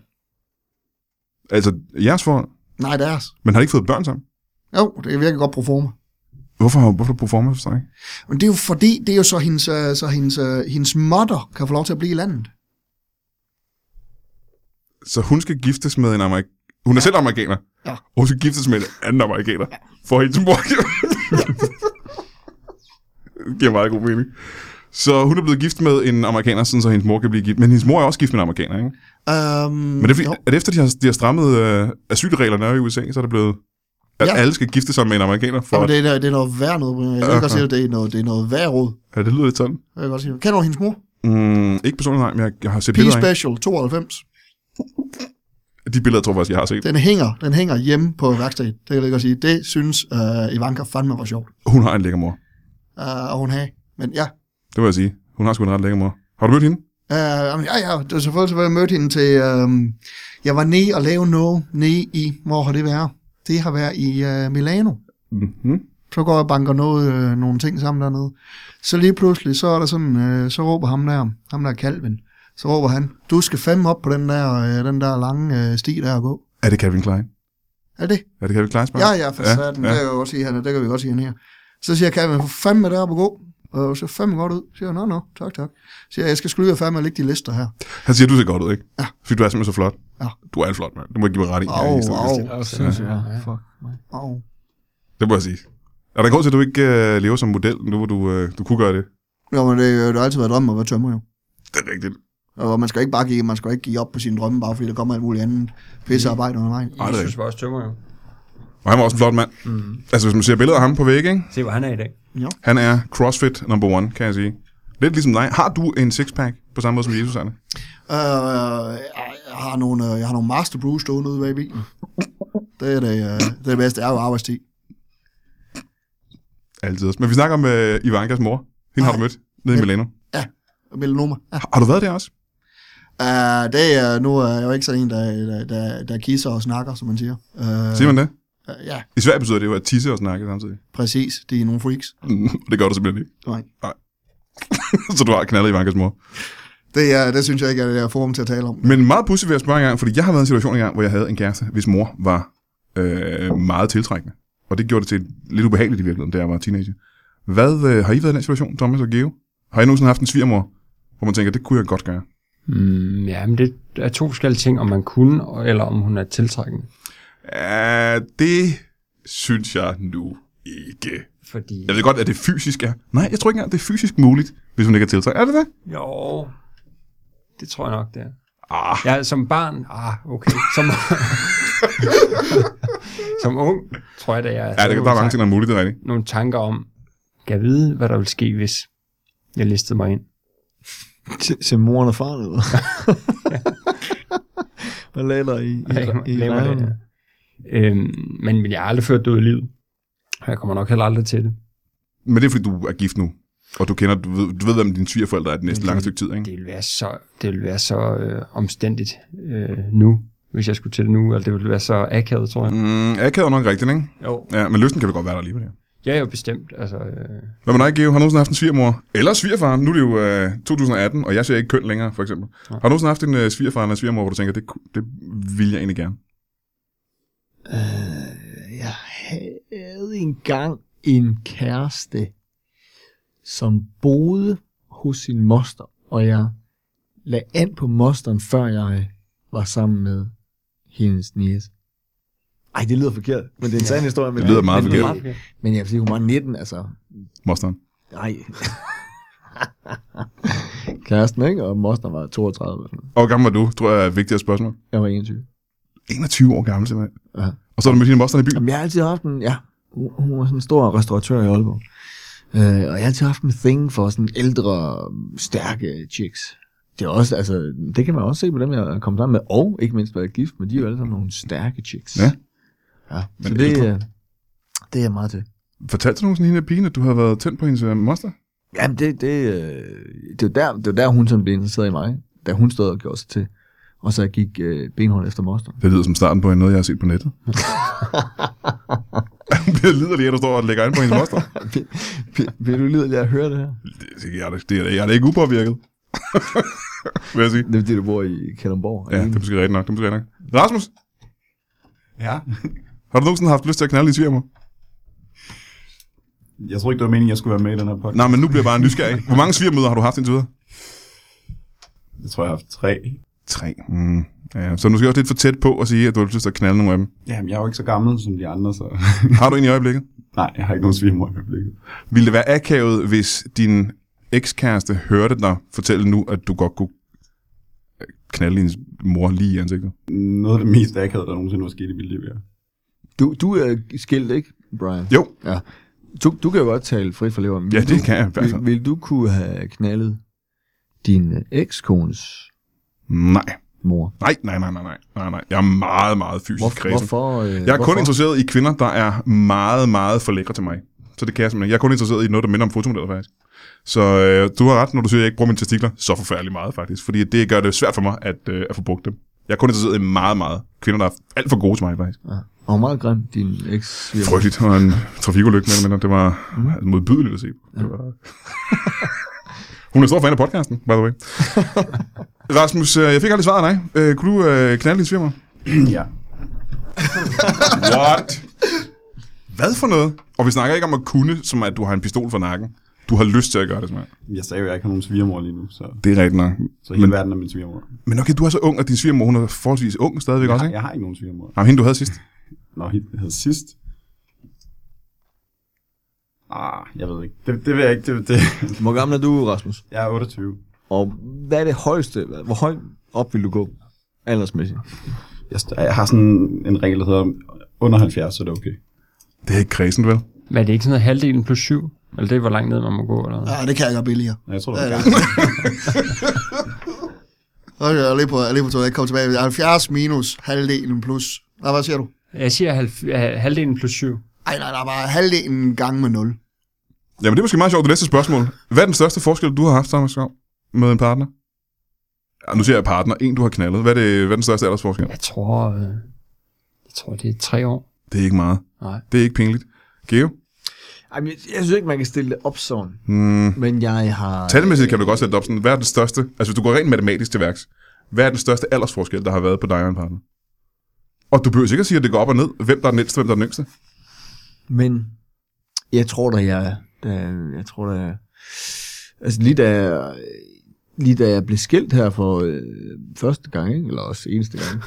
[SPEAKER 1] Altså, jeres forhold.
[SPEAKER 5] Nej, deres.
[SPEAKER 1] Men har de ikke fået børn sammen?
[SPEAKER 5] Jo, det er virkelig godt proforma.
[SPEAKER 1] Hvorfor har hvorfor brug for mig for sig?
[SPEAKER 5] Men det er jo fordi, det er jo så hendes, øh, så hendes, øh, hendes mutter kan få lov til at blive i landet.
[SPEAKER 1] Så hun skal giftes med en amerikaner. Hun er selv amerikaner.
[SPEAKER 5] Ja.
[SPEAKER 1] Og hun skal giftes med en anden amerikaner. For hende som mor. det giver meget god mening. Så hun er blevet gift med en amerikaner, sådan så hendes mor kan blive gift. Men hendes mor er også gift med en amerikaner, ikke?
[SPEAKER 5] Øhm,
[SPEAKER 1] Men det er, fordi,
[SPEAKER 5] jo.
[SPEAKER 1] er det efter, de har, de har strammet øh, asylreglerne i USA, så er det blevet, at
[SPEAKER 5] Ja.
[SPEAKER 1] ja. alle skal gifte sig med en amerikaner? For,
[SPEAKER 5] Jamen,
[SPEAKER 1] det...
[SPEAKER 5] det, er, det er noget værd noget, Brian. Jeg kan godt sige, at det er noget, det er noget værd råd.
[SPEAKER 1] Ja, det lyder lidt sådan.
[SPEAKER 5] Jeg kan godt sige. det. Kender du hendes mor?
[SPEAKER 1] Mm, ikke personligt, nej, men jeg, jeg har set
[SPEAKER 5] Pige
[SPEAKER 1] billeder af
[SPEAKER 5] Special 92.
[SPEAKER 1] hende. De billeder tror jeg faktisk, jeg har set.
[SPEAKER 5] Den hænger, den hænger hjemme på værkstedet. Det kan jeg godt sige. Det synes øh, Ivanka fandme var sjovt.
[SPEAKER 1] Hun har en lækker mor.
[SPEAKER 5] Øh, og hun havde. Men ja,
[SPEAKER 1] Det må jeg sige. Hun har sgu en ret lækker mor. Har du mødt hende?
[SPEAKER 5] Øh, jamen, ja, ja, det var selvfølgelig, så jeg mødte hende til, øh, jeg var nede og lave noget nede i, hvor har det været? Det har været i øh, Milano.
[SPEAKER 1] Mm-hmm.
[SPEAKER 5] Så går jeg og banker noget, øh, nogle ting sammen dernede. Så lige pludselig, så er der sådan, øh, så råber ham der, ham der Calvin, så råber han, du skal fandme op på den der, øh, den der lange øh, sti der og gå.
[SPEAKER 1] Er det Calvin Klein?
[SPEAKER 5] Er det det?
[SPEAKER 1] Er det Calvin Klein spørger?
[SPEAKER 5] Ja, ja, for ja, satan, ja. det kan jeg jo godt sige, han er, det kan vi godt sige han her. Så siger Calvin, for fandme deroppe og gå. Og så fandme godt ud. Så siger jeg, nå, nå, tak, tak. Så siger jeg, jeg skal skulle lige være færdig med at lægge de lister her.
[SPEAKER 1] Han siger, du ser godt ud, ikke?
[SPEAKER 5] Ja.
[SPEAKER 1] Fordi du er simpelthen så flot.
[SPEAKER 5] Ja.
[SPEAKER 1] Du er flot, mand. Det må jeg give mig ret i.
[SPEAKER 5] Au,
[SPEAKER 1] Ja, i stedet.
[SPEAKER 5] au,
[SPEAKER 2] Ja, sindssygt, ja. Fuck.
[SPEAKER 5] au.
[SPEAKER 1] Det må jeg sige. Er der en grund til, at du ikke øh, lever som model, nu hvor du, øh, du kunne gøre det?
[SPEAKER 5] Jo, men det, det har altid været drømmen at være tømmer, jo.
[SPEAKER 1] Det er rigtigt.
[SPEAKER 5] Og man skal ikke bare give, man skal ikke give op på sine drømme, bare fordi der kommer alt muligt andet pissearbejde Øh, under vejen.
[SPEAKER 1] er
[SPEAKER 3] Jesus
[SPEAKER 1] rigtigt.
[SPEAKER 3] var også tømmer jo.
[SPEAKER 1] Og han var også en flot mand.
[SPEAKER 3] Mm.
[SPEAKER 1] Altså, hvis man ser billeder af ham på væggen, ikke?
[SPEAKER 3] Se, hvor han er i dag.
[SPEAKER 1] Han er CrossFit number one, kan jeg sige. Lidt ligesom dig. Har du en sixpack på samme måde som Jesus, Anne?
[SPEAKER 5] Øh, jeg, jeg har nogle, øh, jeg har nogle Master Brew stående ude bag bilen. Det er det, øh, det, er det bedste, er jo arbejdstid.
[SPEAKER 1] Altid. Men vi snakker om øh, Ivankas mor. Hende har du mødt nede i Milano.
[SPEAKER 5] Melanoma. Ja.
[SPEAKER 1] Har, har du været der også?
[SPEAKER 5] Uh, det er, nu er jeg jo ikke sådan en, der, der, der, der kisser og snakker, som man siger. Uh,
[SPEAKER 1] Siger man det?
[SPEAKER 5] Uh, ja,
[SPEAKER 1] I Sverige betyder det jo at tisse og snakke samtidig.
[SPEAKER 5] præcis. Det er nogle freaks.
[SPEAKER 1] Mm, det gør du simpelthen ikke.
[SPEAKER 5] Nej.
[SPEAKER 1] så du har knaldet Ivankas mor.
[SPEAKER 5] Det, er, det synes jeg ikke er det der forum til at tale om.
[SPEAKER 1] Men meget pudsigt vil jeg spørge engang, fordi jeg har været i en situation engang, hvor jeg havde en kæreste, hvis mor var øh, meget tiltrækkende. Og det gjorde det til lidt ubehageligt i virkeligheden, da jeg var teenager. Hvad øh, har I været i den situation, Thomas og Geo? Har I nogensinde haft en svigermor, hvor man tænker, det kunne jeg godt gøre?
[SPEAKER 3] Mm, ja, men det er to forskellige ting, om man kunne, og- eller om hun er tiltrækkende.
[SPEAKER 1] Ja, det synes jeg nu ikke.
[SPEAKER 3] Fordi...
[SPEAKER 1] Jeg ved godt, at det fysisk er. Nej, jeg tror ikke engang, det er fysisk muligt, hvis hun ikke er tiltrækket. Er det det?
[SPEAKER 3] Jo, det tror jeg nok, det er.
[SPEAKER 1] Ah,
[SPEAKER 3] Ja, som barn, ah, okay. Som, som ung, tror jeg, da jeg
[SPEAKER 1] ja, det, der er mange ting, der er muligt, det er rigtigt.
[SPEAKER 3] nogle tanker om, kan jeg vide, hvad der ville ske, hvis jeg listede mig ind?
[SPEAKER 2] Til, til moren og faren, eller? Hvad lagde der i, i, i, i
[SPEAKER 3] Laver det, ja. øhm, men, men jeg har aldrig ført det ud i livet. Og Jeg kommer nok heller aldrig til det.
[SPEAKER 1] Men det er, fordi du er gift nu. Og du kender, du ved, du ved hvem dine svigerforældre er det næste
[SPEAKER 3] Men
[SPEAKER 1] lange stykke tid, ikke?
[SPEAKER 3] Det ville være så, det ville være så øh, omstændigt øh, nu, hvis jeg skulle til det nu. Eller det ville være så akavet, tror jeg.
[SPEAKER 1] Mm, akavet nok rigtigt, ikke?
[SPEAKER 3] Jo.
[SPEAKER 1] Ja, men lysten kan vel godt være der alligevel, ja.
[SPEAKER 3] Jeg er jo bestemt, altså... Øh,
[SPEAKER 1] Hvad med dig, Geo? Har du nogensinde haft en svigermor? Eller svigerfar? Nu er det jo øh, 2018, og jeg ser ikke køn længere, for eksempel. Har du nogensinde haft en øh, svigerfar eller en svigermor, hvor du tænker, det, ku- det vil jeg egentlig gerne?
[SPEAKER 2] Øh, Jeg havde engang en kæreste, som boede hos sin moster, og jeg lagde an på mosteren, før jeg var sammen med hendes niece. Ej, det lyder forkert, men det er en sand historie. Men
[SPEAKER 1] Det lyder meget
[SPEAKER 2] men,
[SPEAKER 1] forkert.
[SPEAKER 2] Men, men jeg vil sige, hun var 19, altså.
[SPEAKER 1] Mosteren.
[SPEAKER 2] Ej. Kæresten, ikke? Og mosteren var 32. eller sådan noget.
[SPEAKER 1] Og hvor gammel var du, tror jeg er et vigtigere spørgsmål.
[SPEAKER 2] Jeg var 21.
[SPEAKER 1] 21 år gammel, simpelthen.
[SPEAKER 2] Ja.
[SPEAKER 1] Og så har du mødt hende mosteren i byen.
[SPEAKER 2] Jamen, jeg har altid haft en, ja, hun hun var sådan en stor restauratør i Aalborg. Øh, og jeg har altid haft en thing for sådan ældre, stærke chicks. Det er også, altså, det kan man også se på dem, jeg er kommet sammen med, og ikke mindst været gift, men de er jo alle sammen nogle stærke chicks.
[SPEAKER 1] Ja.
[SPEAKER 2] ja så
[SPEAKER 1] Men
[SPEAKER 2] det,
[SPEAKER 1] ældre?
[SPEAKER 2] øh, det er jeg meget til.
[SPEAKER 1] Fortalte du nogensinde hende af pigen, at du havde været tændt på hendes øh, moster?
[SPEAKER 2] Jamen, det, det, øh, det, var der, det var der, hun sådan blev interesseret i mig, da hun stod og gjorde sig til. Og så jeg gik øh, benhårdt efter moster.
[SPEAKER 1] Det lyder som starten på noget, jeg har set på nettet. Hun bliver liderlig, at du står og lægger an på hendes moster.
[SPEAKER 2] Vil du lide at høre det her?
[SPEAKER 1] Det, jeg, er, da- det, er, da- jeg er da ikke upåvirket. Vil jeg sige.
[SPEAKER 2] Det er fordi, du bor i Kalundborg.
[SPEAKER 1] Ja, det er måske rigtigt nok. Det er måske rigtigt nok. Rasmus,
[SPEAKER 4] Ja.
[SPEAKER 1] har du nogensinde haft lyst til at knalde din svigermor?
[SPEAKER 4] Jeg tror ikke, det var meningen, jeg skulle være med i den her podcast.
[SPEAKER 1] Nej, men nu bliver jeg bare nysgerrig. Hvor mange svigermøder har du haft indtil videre?
[SPEAKER 4] Jeg tror, jeg har haft tre.
[SPEAKER 1] Tre. Mm. Ja, så nu skal jeg også lidt for tæt på at sige, at du har lyst til at knalde nogle af dem.
[SPEAKER 4] Jamen, jeg er jo ikke så gammel som de andre, så...
[SPEAKER 1] Har du en i øjeblikket?
[SPEAKER 4] Nej, jeg har ikke nogen svigermor i øjeblikket.
[SPEAKER 1] Ville det være akavet, hvis din ekskæreste hørte dig fortælle nu, at du godt kunne øh, knalde hendes mor lige i ansigtet?
[SPEAKER 4] Noget af det mest akavede, der nogensinde var sket i mit liv, ja.
[SPEAKER 2] Du, du er skilt, ikke, Brian?
[SPEAKER 1] Jo,
[SPEAKER 2] Du, du kan jo godt tale frit for leveren.
[SPEAKER 1] ja,
[SPEAKER 2] Vil
[SPEAKER 1] det
[SPEAKER 2] du,
[SPEAKER 1] kan jeg altså. i hvert fald.
[SPEAKER 2] Vil, vil du kunne have knaldet din øh, ekskones
[SPEAKER 1] Nej,
[SPEAKER 2] mor?
[SPEAKER 1] nej, nej, nej, nej, nej, nej, nej. Jeg er meget, meget fysisk
[SPEAKER 2] Hvor,
[SPEAKER 1] kredsen.
[SPEAKER 2] hvorfor? Øh,
[SPEAKER 1] Jeg er
[SPEAKER 2] hvorfor?
[SPEAKER 1] kun interesseret i kvinder, der er meget, meget for lækre til mig. Så det kan jeg simpelthen. Jeg er kun interesseret i noget, der minder om fotomodeller, faktisk. Så øh, du har ret, når du siger, at jeg ikke bruger mine testikler så forfærdeligt meget, faktisk. Fordi det gør det svært for mig at, øh, at få brugt dem. Jeg er kun interesseret i meget, meget kvinder, der er alt for gode til mig, faktisk.
[SPEAKER 2] Ja. Og hvor meget grim din eks
[SPEAKER 1] Frygteligt. Det var en trafikulykke, men men det var modbydeligt at se. på. Det var... Hun er stor fan af podcasten, by the way. Rasmus, øh, jeg fik aldrig svaret af dig. Øh, kunne du øh, knalde din svigermor?
[SPEAKER 4] ja.
[SPEAKER 1] What? Hvad for noget? Og vi snakker ikke om at kunne, som at du har en pistol for nakken. Du har lyst til at gøre det, mand.
[SPEAKER 4] Jeg sagde jo, at jeg ikke har nogen svigermor lige nu, så,
[SPEAKER 1] Det er rigtigt nok.
[SPEAKER 4] så hele
[SPEAKER 1] Men-
[SPEAKER 4] Men... verden er min svigermor.
[SPEAKER 1] Men okay, du er så ung, og din svigermor, hun er forholdsvis ung stadigvæk også,
[SPEAKER 4] Jeg,
[SPEAKER 1] ikke?
[SPEAKER 4] jeg har ikke nogen svigermor.
[SPEAKER 1] Jamen, hende du havde sidst.
[SPEAKER 4] Nå, hende hed sidst. Ah, jeg ved ikke. Det, det vil jeg ikke. Det, det.
[SPEAKER 2] Hvor gammel er du, Rasmus?
[SPEAKER 4] Jeg er 28.
[SPEAKER 2] Og hvad er det højeste? Hvor højt op vil du gå? Aldersmæssigt.
[SPEAKER 4] Jeg, st- jeg har sådan en regel, der hedder under 70, så er det okay.
[SPEAKER 1] Det er ikke kredsen, vel?
[SPEAKER 3] Men er det ikke sådan noget halvdelen plus syv? Eller det er, hvor langt ned man må gå? Eller?
[SPEAKER 5] Ja, Ah, det kan jeg gøre billigere.
[SPEAKER 4] Nå, Jeg tror,
[SPEAKER 5] Ja,
[SPEAKER 4] det er
[SPEAKER 5] ja.
[SPEAKER 4] gerne.
[SPEAKER 5] Okay, jeg er lige på, jeg er lige på toilet. Jeg kommer tilbage. 70 minus halvdelen plus. Nej, hvad siger du?
[SPEAKER 3] Jeg siger halv, øh, halvdelen plus syv.
[SPEAKER 5] Ej, nej, der er bare halvdelen gange med 0.
[SPEAKER 1] Jamen, det er måske meget sjovt, det næste spørgsmål. Hvad er den største forskel, du har haft, Thomas Skov, med en partner? Ja, nu siger jeg partner. En, du har knaldet. Hvad er, det, hvad er den største aldersforskel?
[SPEAKER 3] Jeg tror, øh, jeg tror, det er tre år.
[SPEAKER 1] Det er ikke meget.
[SPEAKER 3] Nej.
[SPEAKER 1] Det er ikke pinligt. Geo?
[SPEAKER 2] Ej, men jeg, jeg synes ikke, man kan stille det op sådan.
[SPEAKER 1] Hmm.
[SPEAKER 2] Men jeg har...
[SPEAKER 1] Talmæssigt kan du godt sætte det op sådan. Hvad er den største? Altså, hvis du går rent matematisk til værks. Hvad er den største aldersforskel, der har været på dig og en partner? Og du behøver sikkert sige, at det går op og ned. Hvem der er den ældste, hvem der er den yngste?
[SPEAKER 2] Men jeg tror da, jeg... Da, jeg tror da... Altså lige da jeg, lige da jeg blev skilt her for øh, første gang, ikke? eller også eneste gang,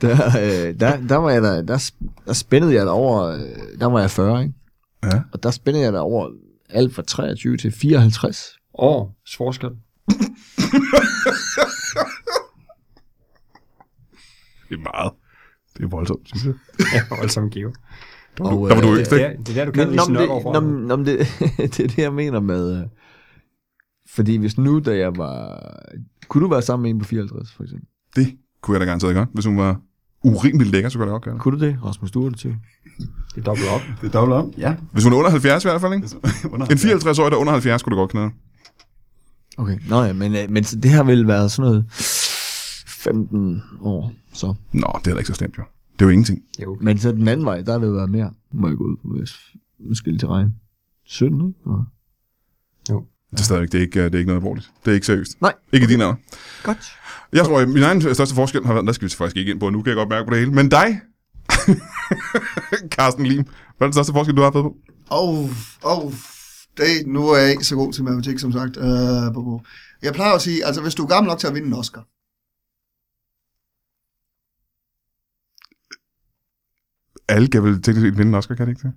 [SPEAKER 2] der, øh, der, der, var jeg der, der, sp- der spændede jeg der over, øh, der var jeg 40, ikke?
[SPEAKER 1] Ja.
[SPEAKER 2] og der spændede jeg der over alt fra 23 til 54.
[SPEAKER 3] Års forskel.
[SPEAKER 1] Det er meget. Det er voldsomt, synes jeg.
[SPEAKER 3] Ja, voldsom give.
[SPEAKER 1] Der var, du,
[SPEAKER 2] Og,
[SPEAKER 1] der var du
[SPEAKER 2] øh,
[SPEAKER 1] yngst,
[SPEAKER 3] Det, er
[SPEAKER 1] ikke?
[SPEAKER 3] der- det er der, du
[SPEAKER 2] Men,
[SPEAKER 3] kan
[SPEAKER 2] nå, men
[SPEAKER 3] lige sådan
[SPEAKER 2] det,
[SPEAKER 3] op
[SPEAKER 2] nå,
[SPEAKER 3] over.
[SPEAKER 2] men- nå, men det, det er det, jeg mener med... øh, Fordi hvis nu, da jeg var... Kunne du være sammen med en på 54, for eksempel?
[SPEAKER 1] Det kunne jeg da garanteret godt. Hvis hun var urimeligt lækker, så kunne jeg da godt gøre det.
[SPEAKER 2] Kunne du det, Rasmus? Du er det til.
[SPEAKER 3] Det er dobbelt op.
[SPEAKER 4] Det er dobbelt om. Ja.
[SPEAKER 1] Hvis hun er under 70 i hvert fald, ikke?
[SPEAKER 4] under
[SPEAKER 1] En 54-årig, der er under 70, kunne du godt knæde.
[SPEAKER 2] Okay, nå ja, men, øh, men så det har vel været sådan noget 15 år, så.
[SPEAKER 1] Nå, det er da ikke så slemt, jo. Det er jo ingenting.
[SPEAKER 2] Men så den anden vej, der har det været mere. Må jeg gå ud på hvis- måske lige til regn. 17, ikke? Nå.
[SPEAKER 1] Det er stadigvæk det er ikke, øh, det er ikke noget alvorligt. Det er ikke seriøst.
[SPEAKER 2] Nej.
[SPEAKER 1] Ikke i din alder.
[SPEAKER 2] Godt.
[SPEAKER 1] Jeg tror, at min egen største forskel har været, der skal vi faktisk ikke ind på, nu kan jeg godt mærke på det hele, men dig, Carsten Lim, hvad er den største forskel, du har fået på?
[SPEAKER 5] Oh, oh, det, nu er jeg ikke så god til matematik, som sagt. Uh, Bobo. jeg plejer at sige, altså hvis du er gammel nok til at vinde en Oscar,
[SPEAKER 1] Alle kan vel teknisk set vinde en Oscar, kan det ikke det?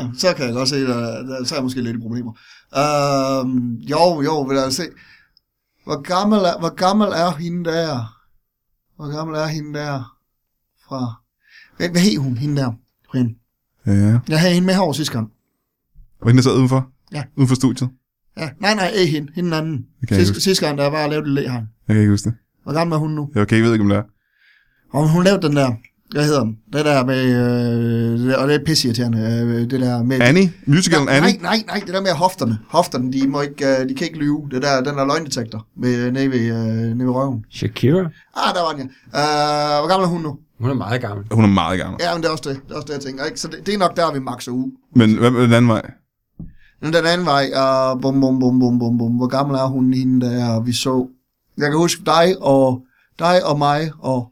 [SPEAKER 5] ja, så kan jeg godt se, at der, der, så er jeg måske lidt i problemer. Uh, jo, jo, vil jeg se. Hvor gammel, er, hvor gammel er hende der? Hvor gammel er hende der? Fra... Hvad, hvad hed hun, hende der? Brian?
[SPEAKER 1] Ja.
[SPEAKER 5] Jeg havde hende med herovre sidste gang.
[SPEAKER 1] Og hende der sad udenfor?
[SPEAKER 5] Ja.
[SPEAKER 1] Udenfor studiet?
[SPEAKER 5] Ja, nej, nej, ikke hende, hende anden.
[SPEAKER 1] Det kan jeg ikke
[SPEAKER 5] Sidste, sidste gang, der var og lavede det læhegn.
[SPEAKER 1] Jeg kan ikke huske det.
[SPEAKER 5] Hvor gammel er hun nu?
[SPEAKER 1] Ja, Okay, jeg ved ikke, om det er.
[SPEAKER 5] Og hun lavede den der, hvad hedder den? Det der med, øh, det der- og det er pisseirriterende, øh, det der med...
[SPEAKER 1] Annie? Musicalen
[SPEAKER 5] nej,
[SPEAKER 1] Annie?
[SPEAKER 5] nej, nej, nej, det der med hofterne. Hofterne, de, må ikke, øh, de kan ikke lyve. Det der, den der løgndetektor med, øh, nede, ved, øh, nede ved røven.
[SPEAKER 3] Shakira?
[SPEAKER 5] Ah, der var den, ja. Øh, hvor gammel er hun nu?
[SPEAKER 3] Hun er meget gammel.
[SPEAKER 1] Hun er meget gammel.
[SPEAKER 5] Ja, men det er også det, det, er også det jeg tænker. Ikke? Så det, det, er nok der, vi makser ud.
[SPEAKER 1] Men hvad med den anden vej?
[SPEAKER 5] Men den anden vej, og bum, bum, bum, bum, bum, bum. Hvor gammel er hun, hende der, vi så? Jeg kan huske dig og, dig og mig, og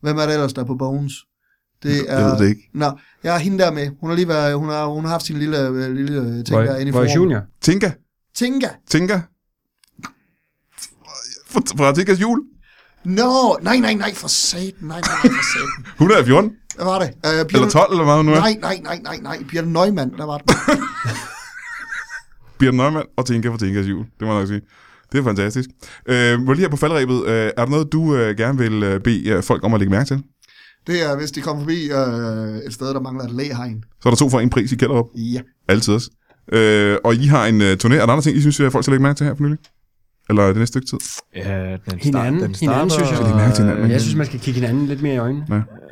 [SPEAKER 5] hvem er det ellers, der er på Bones? Det er,
[SPEAKER 1] Jeg ved det ikke.
[SPEAKER 5] Nå, jeg er hende der med. Hun har lige været, hun har, hun har haft sin lille, øh, lille øh, ting
[SPEAKER 3] Hvor-
[SPEAKER 5] derinde i
[SPEAKER 3] hvor er
[SPEAKER 5] forum.
[SPEAKER 3] junior?
[SPEAKER 1] Tinka?
[SPEAKER 5] Tinka.
[SPEAKER 1] Tinka? Fra, fra Tinkas jul?
[SPEAKER 5] Nå, no, nej, nej, nej, for satan, nej, nej, nej, for satan.
[SPEAKER 1] Hun er 14?
[SPEAKER 5] Hvad var det? Øh, Bjørn,
[SPEAKER 1] Eller 12, eller hvad hun nu er?
[SPEAKER 5] Nej, nej, nej, nej, nej, Bjørn Neumann, der var det.
[SPEAKER 1] Bjørn Neumann og Tinka fra Tinkas jul. Det må jeg nok sige. Det er fantastisk. Øh, må jeg lige her på faldrebet, øh, er der noget, du øh, gerne vil øh, bede øh, folk om at lægge mærke til?
[SPEAKER 5] Det er, hvis de kommer forbi øh, et sted, der mangler et læhegn.
[SPEAKER 1] Så er der to for en pris i Kælderup.
[SPEAKER 5] Ja.
[SPEAKER 1] Altid også. Øh, og I har en øh, turné. Er der andre ting, I synes, at folk skal lægge mærke til her for nylig? Eller det næste stykke tid?
[SPEAKER 2] Ja, den,
[SPEAKER 3] Hinanden-
[SPEAKER 2] den starter,
[SPEAKER 3] hinanden, synes jeg. Skal de
[SPEAKER 1] mærke til hinanden?
[SPEAKER 3] Men jeg synes, man skal kigge hinanden lidt mere i øjnene.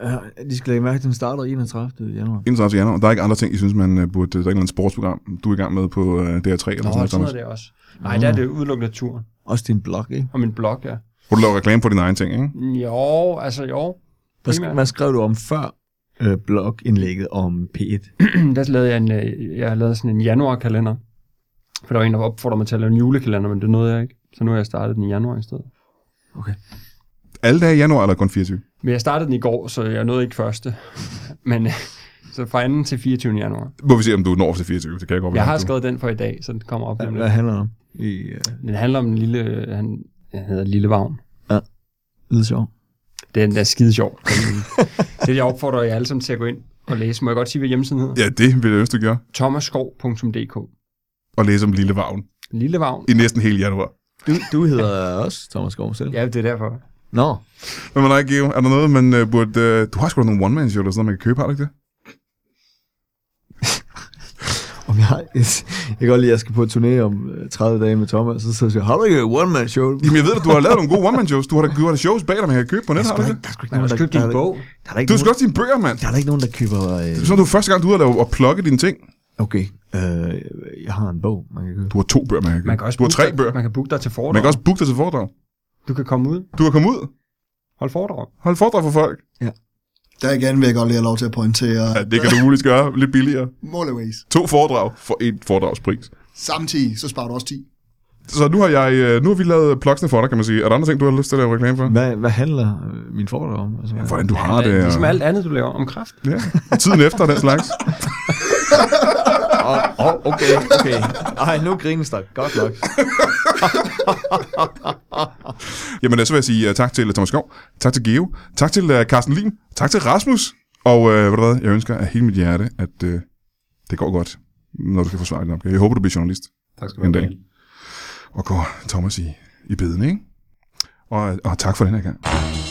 [SPEAKER 2] Ja, de skal lægge mærke til, den starter 31. januar.
[SPEAKER 1] 31. januar. Der er ikke andre ting, I synes, man øh, burde... Der er ikke noget sportsprogram, du er i gang med på øh, DR3 eller sådan noget,
[SPEAKER 3] Nå, sådan
[SPEAKER 1] Thomas.
[SPEAKER 3] noget der også. Nej, der er det udelukkende tur.
[SPEAKER 2] Også din blog, ikke?
[SPEAKER 3] Og min blog, ja.
[SPEAKER 1] Hvor du laver reklame på dine egne ting, ikke?
[SPEAKER 3] Jo, altså jo.
[SPEAKER 2] Hvad, sk-
[SPEAKER 3] Primært.
[SPEAKER 2] hvad skrev du om før øh, blogindlægget om P1?
[SPEAKER 3] der lavede jeg en, øh, jeg lavede sådan en januarkalender. For der var en, der opfordrede mig til at lave en julekalender, men det nåede jeg ikke. Så nu har jeg startet den i januar i stedet.
[SPEAKER 1] Alle dage i januar, eller kun 24?
[SPEAKER 3] Men jeg startede den i går, så jeg nåede ikke første. Men øh, Så fra 2. til 24. januar.
[SPEAKER 1] Må vi se, om du når til 24. Det kan jeg godt
[SPEAKER 3] Jeg
[SPEAKER 1] være,
[SPEAKER 3] har
[SPEAKER 1] du-
[SPEAKER 3] skrevet den for i dag, så den kommer op.
[SPEAKER 2] Hvad,
[SPEAKER 3] nemlig.
[SPEAKER 2] hvad handler det om? I øh,
[SPEAKER 3] Den handler om en lille... øh, Han, han hedder Lille Vagn.
[SPEAKER 2] Hvide Sjov?
[SPEAKER 3] Den er skide sjov. Den- det jeg opfordrer jer alle sammen til at gå ind og læse. Må jeg godt sige, hvad hjemmesiden hedder?
[SPEAKER 1] Ja, det vil jeg ønske, du gjorde.
[SPEAKER 3] thomaskov.dk
[SPEAKER 1] Og læse om Lille Vagn
[SPEAKER 3] Lille Vagn.
[SPEAKER 1] i næsten hele januar.
[SPEAKER 2] Du, du hedder også Thomas Skov selv.
[SPEAKER 3] Ja, det er derfor.
[SPEAKER 2] Nå,
[SPEAKER 1] Men man ikke give. Er der noget, man uh, burde... Uh, du har sgu da nogle one-man-show eller sådan noget, man kan købe, har du ikke det?
[SPEAKER 2] om jeg, har, jeg kan godt lide, at jeg skal på turné om øh, 30 dage med Thomas, så sidder jeg og siger, har du ikke et one-man-show?
[SPEAKER 1] Jamen, jeg ved, at du har lavet nogle gode one-man-shows. Du har da du har da shows bag dig, man kan købe på nettet, har du ikke? det?
[SPEAKER 2] der er sgu ikke
[SPEAKER 3] Jeg har også købt
[SPEAKER 2] der,
[SPEAKER 3] din
[SPEAKER 2] der,
[SPEAKER 3] bog.
[SPEAKER 2] der, er der
[SPEAKER 1] Du
[SPEAKER 2] ikke
[SPEAKER 1] har sgu
[SPEAKER 2] nogen,
[SPEAKER 1] også dine bøger, mand.
[SPEAKER 2] der er der ikke nogen, der køber... Øh,
[SPEAKER 1] Det er sådan, du er første gang, du er ude at lave- at plukke dine ting.
[SPEAKER 2] okay, øh, jeg har en bog, man kan købe.
[SPEAKER 1] Du har to bøger, man kan købe.
[SPEAKER 3] Man kan også
[SPEAKER 1] du har
[SPEAKER 3] booke
[SPEAKER 1] tre
[SPEAKER 3] dig,
[SPEAKER 1] bøger.
[SPEAKER 3] Man kan booke dig til foredrag.
[SPEAKER 1] Man kan også booke dig til foredrag.
[SPEAKER 3] Du kan komme ud.
[SPEAKER 1] Du kan komme ud.
[SPEAKER 3] Hold foredrag.
[SPEAKER 1] Hold foredrag for folk.
[SPEAKER 5] Der igen vil jeg godt lige have lov til at pointere.
[SPEAKER 1] Ja, det kan du muligvis gøre lidt billigere.
[SPEAKER 5] Måleways.
[SPEAKER 1] To foredrag for et foredragspris.
[SPEAKER 5] Samtidig, så sparer du også 10.
[SPEAKER 1] Så nu har, jeg, øh, nu har vi lavet plugsene for dig, kan man sige. Er der andre ting, du har lyst til at lave reklame for?
[SPEAKER 2] Hvad, hvad handler øh, min foredrag om? Altså, hvad-
[SPEAKER 1] Hvordan du har Ah, det.
[SPEAKER 3] Det er
[SPEAKER 1] og-
[SPEAKER 3] ligesom alt andet, du laver om kraft.
[SPEAKER 1] Ja. Tiden efter og den slags.
[SPEAKER 2] Åh, oh, okay, okay. Ej, nu grines der. Godt nok.
[SPEAKER 1] Jamen, øh, så vil jeg sige uh, tak til Thomas Skov, tak til Geo, tak til uh, Carsten Lim, tak til Rasmus. Og uh, ved du hvad, jeg ønsker af hele mit hjerte, at uh, det går godt, når du skal forsvare din opgave. Jeg håber, du bliver journalist
[SPEAKER 4] Tak skal
[SPEAKER 1] en
[SPEAKER 4] du have.
[SPEAKER 1] dag. Og går Thomas i, i beden, ikke? Og, og tak for den her gang.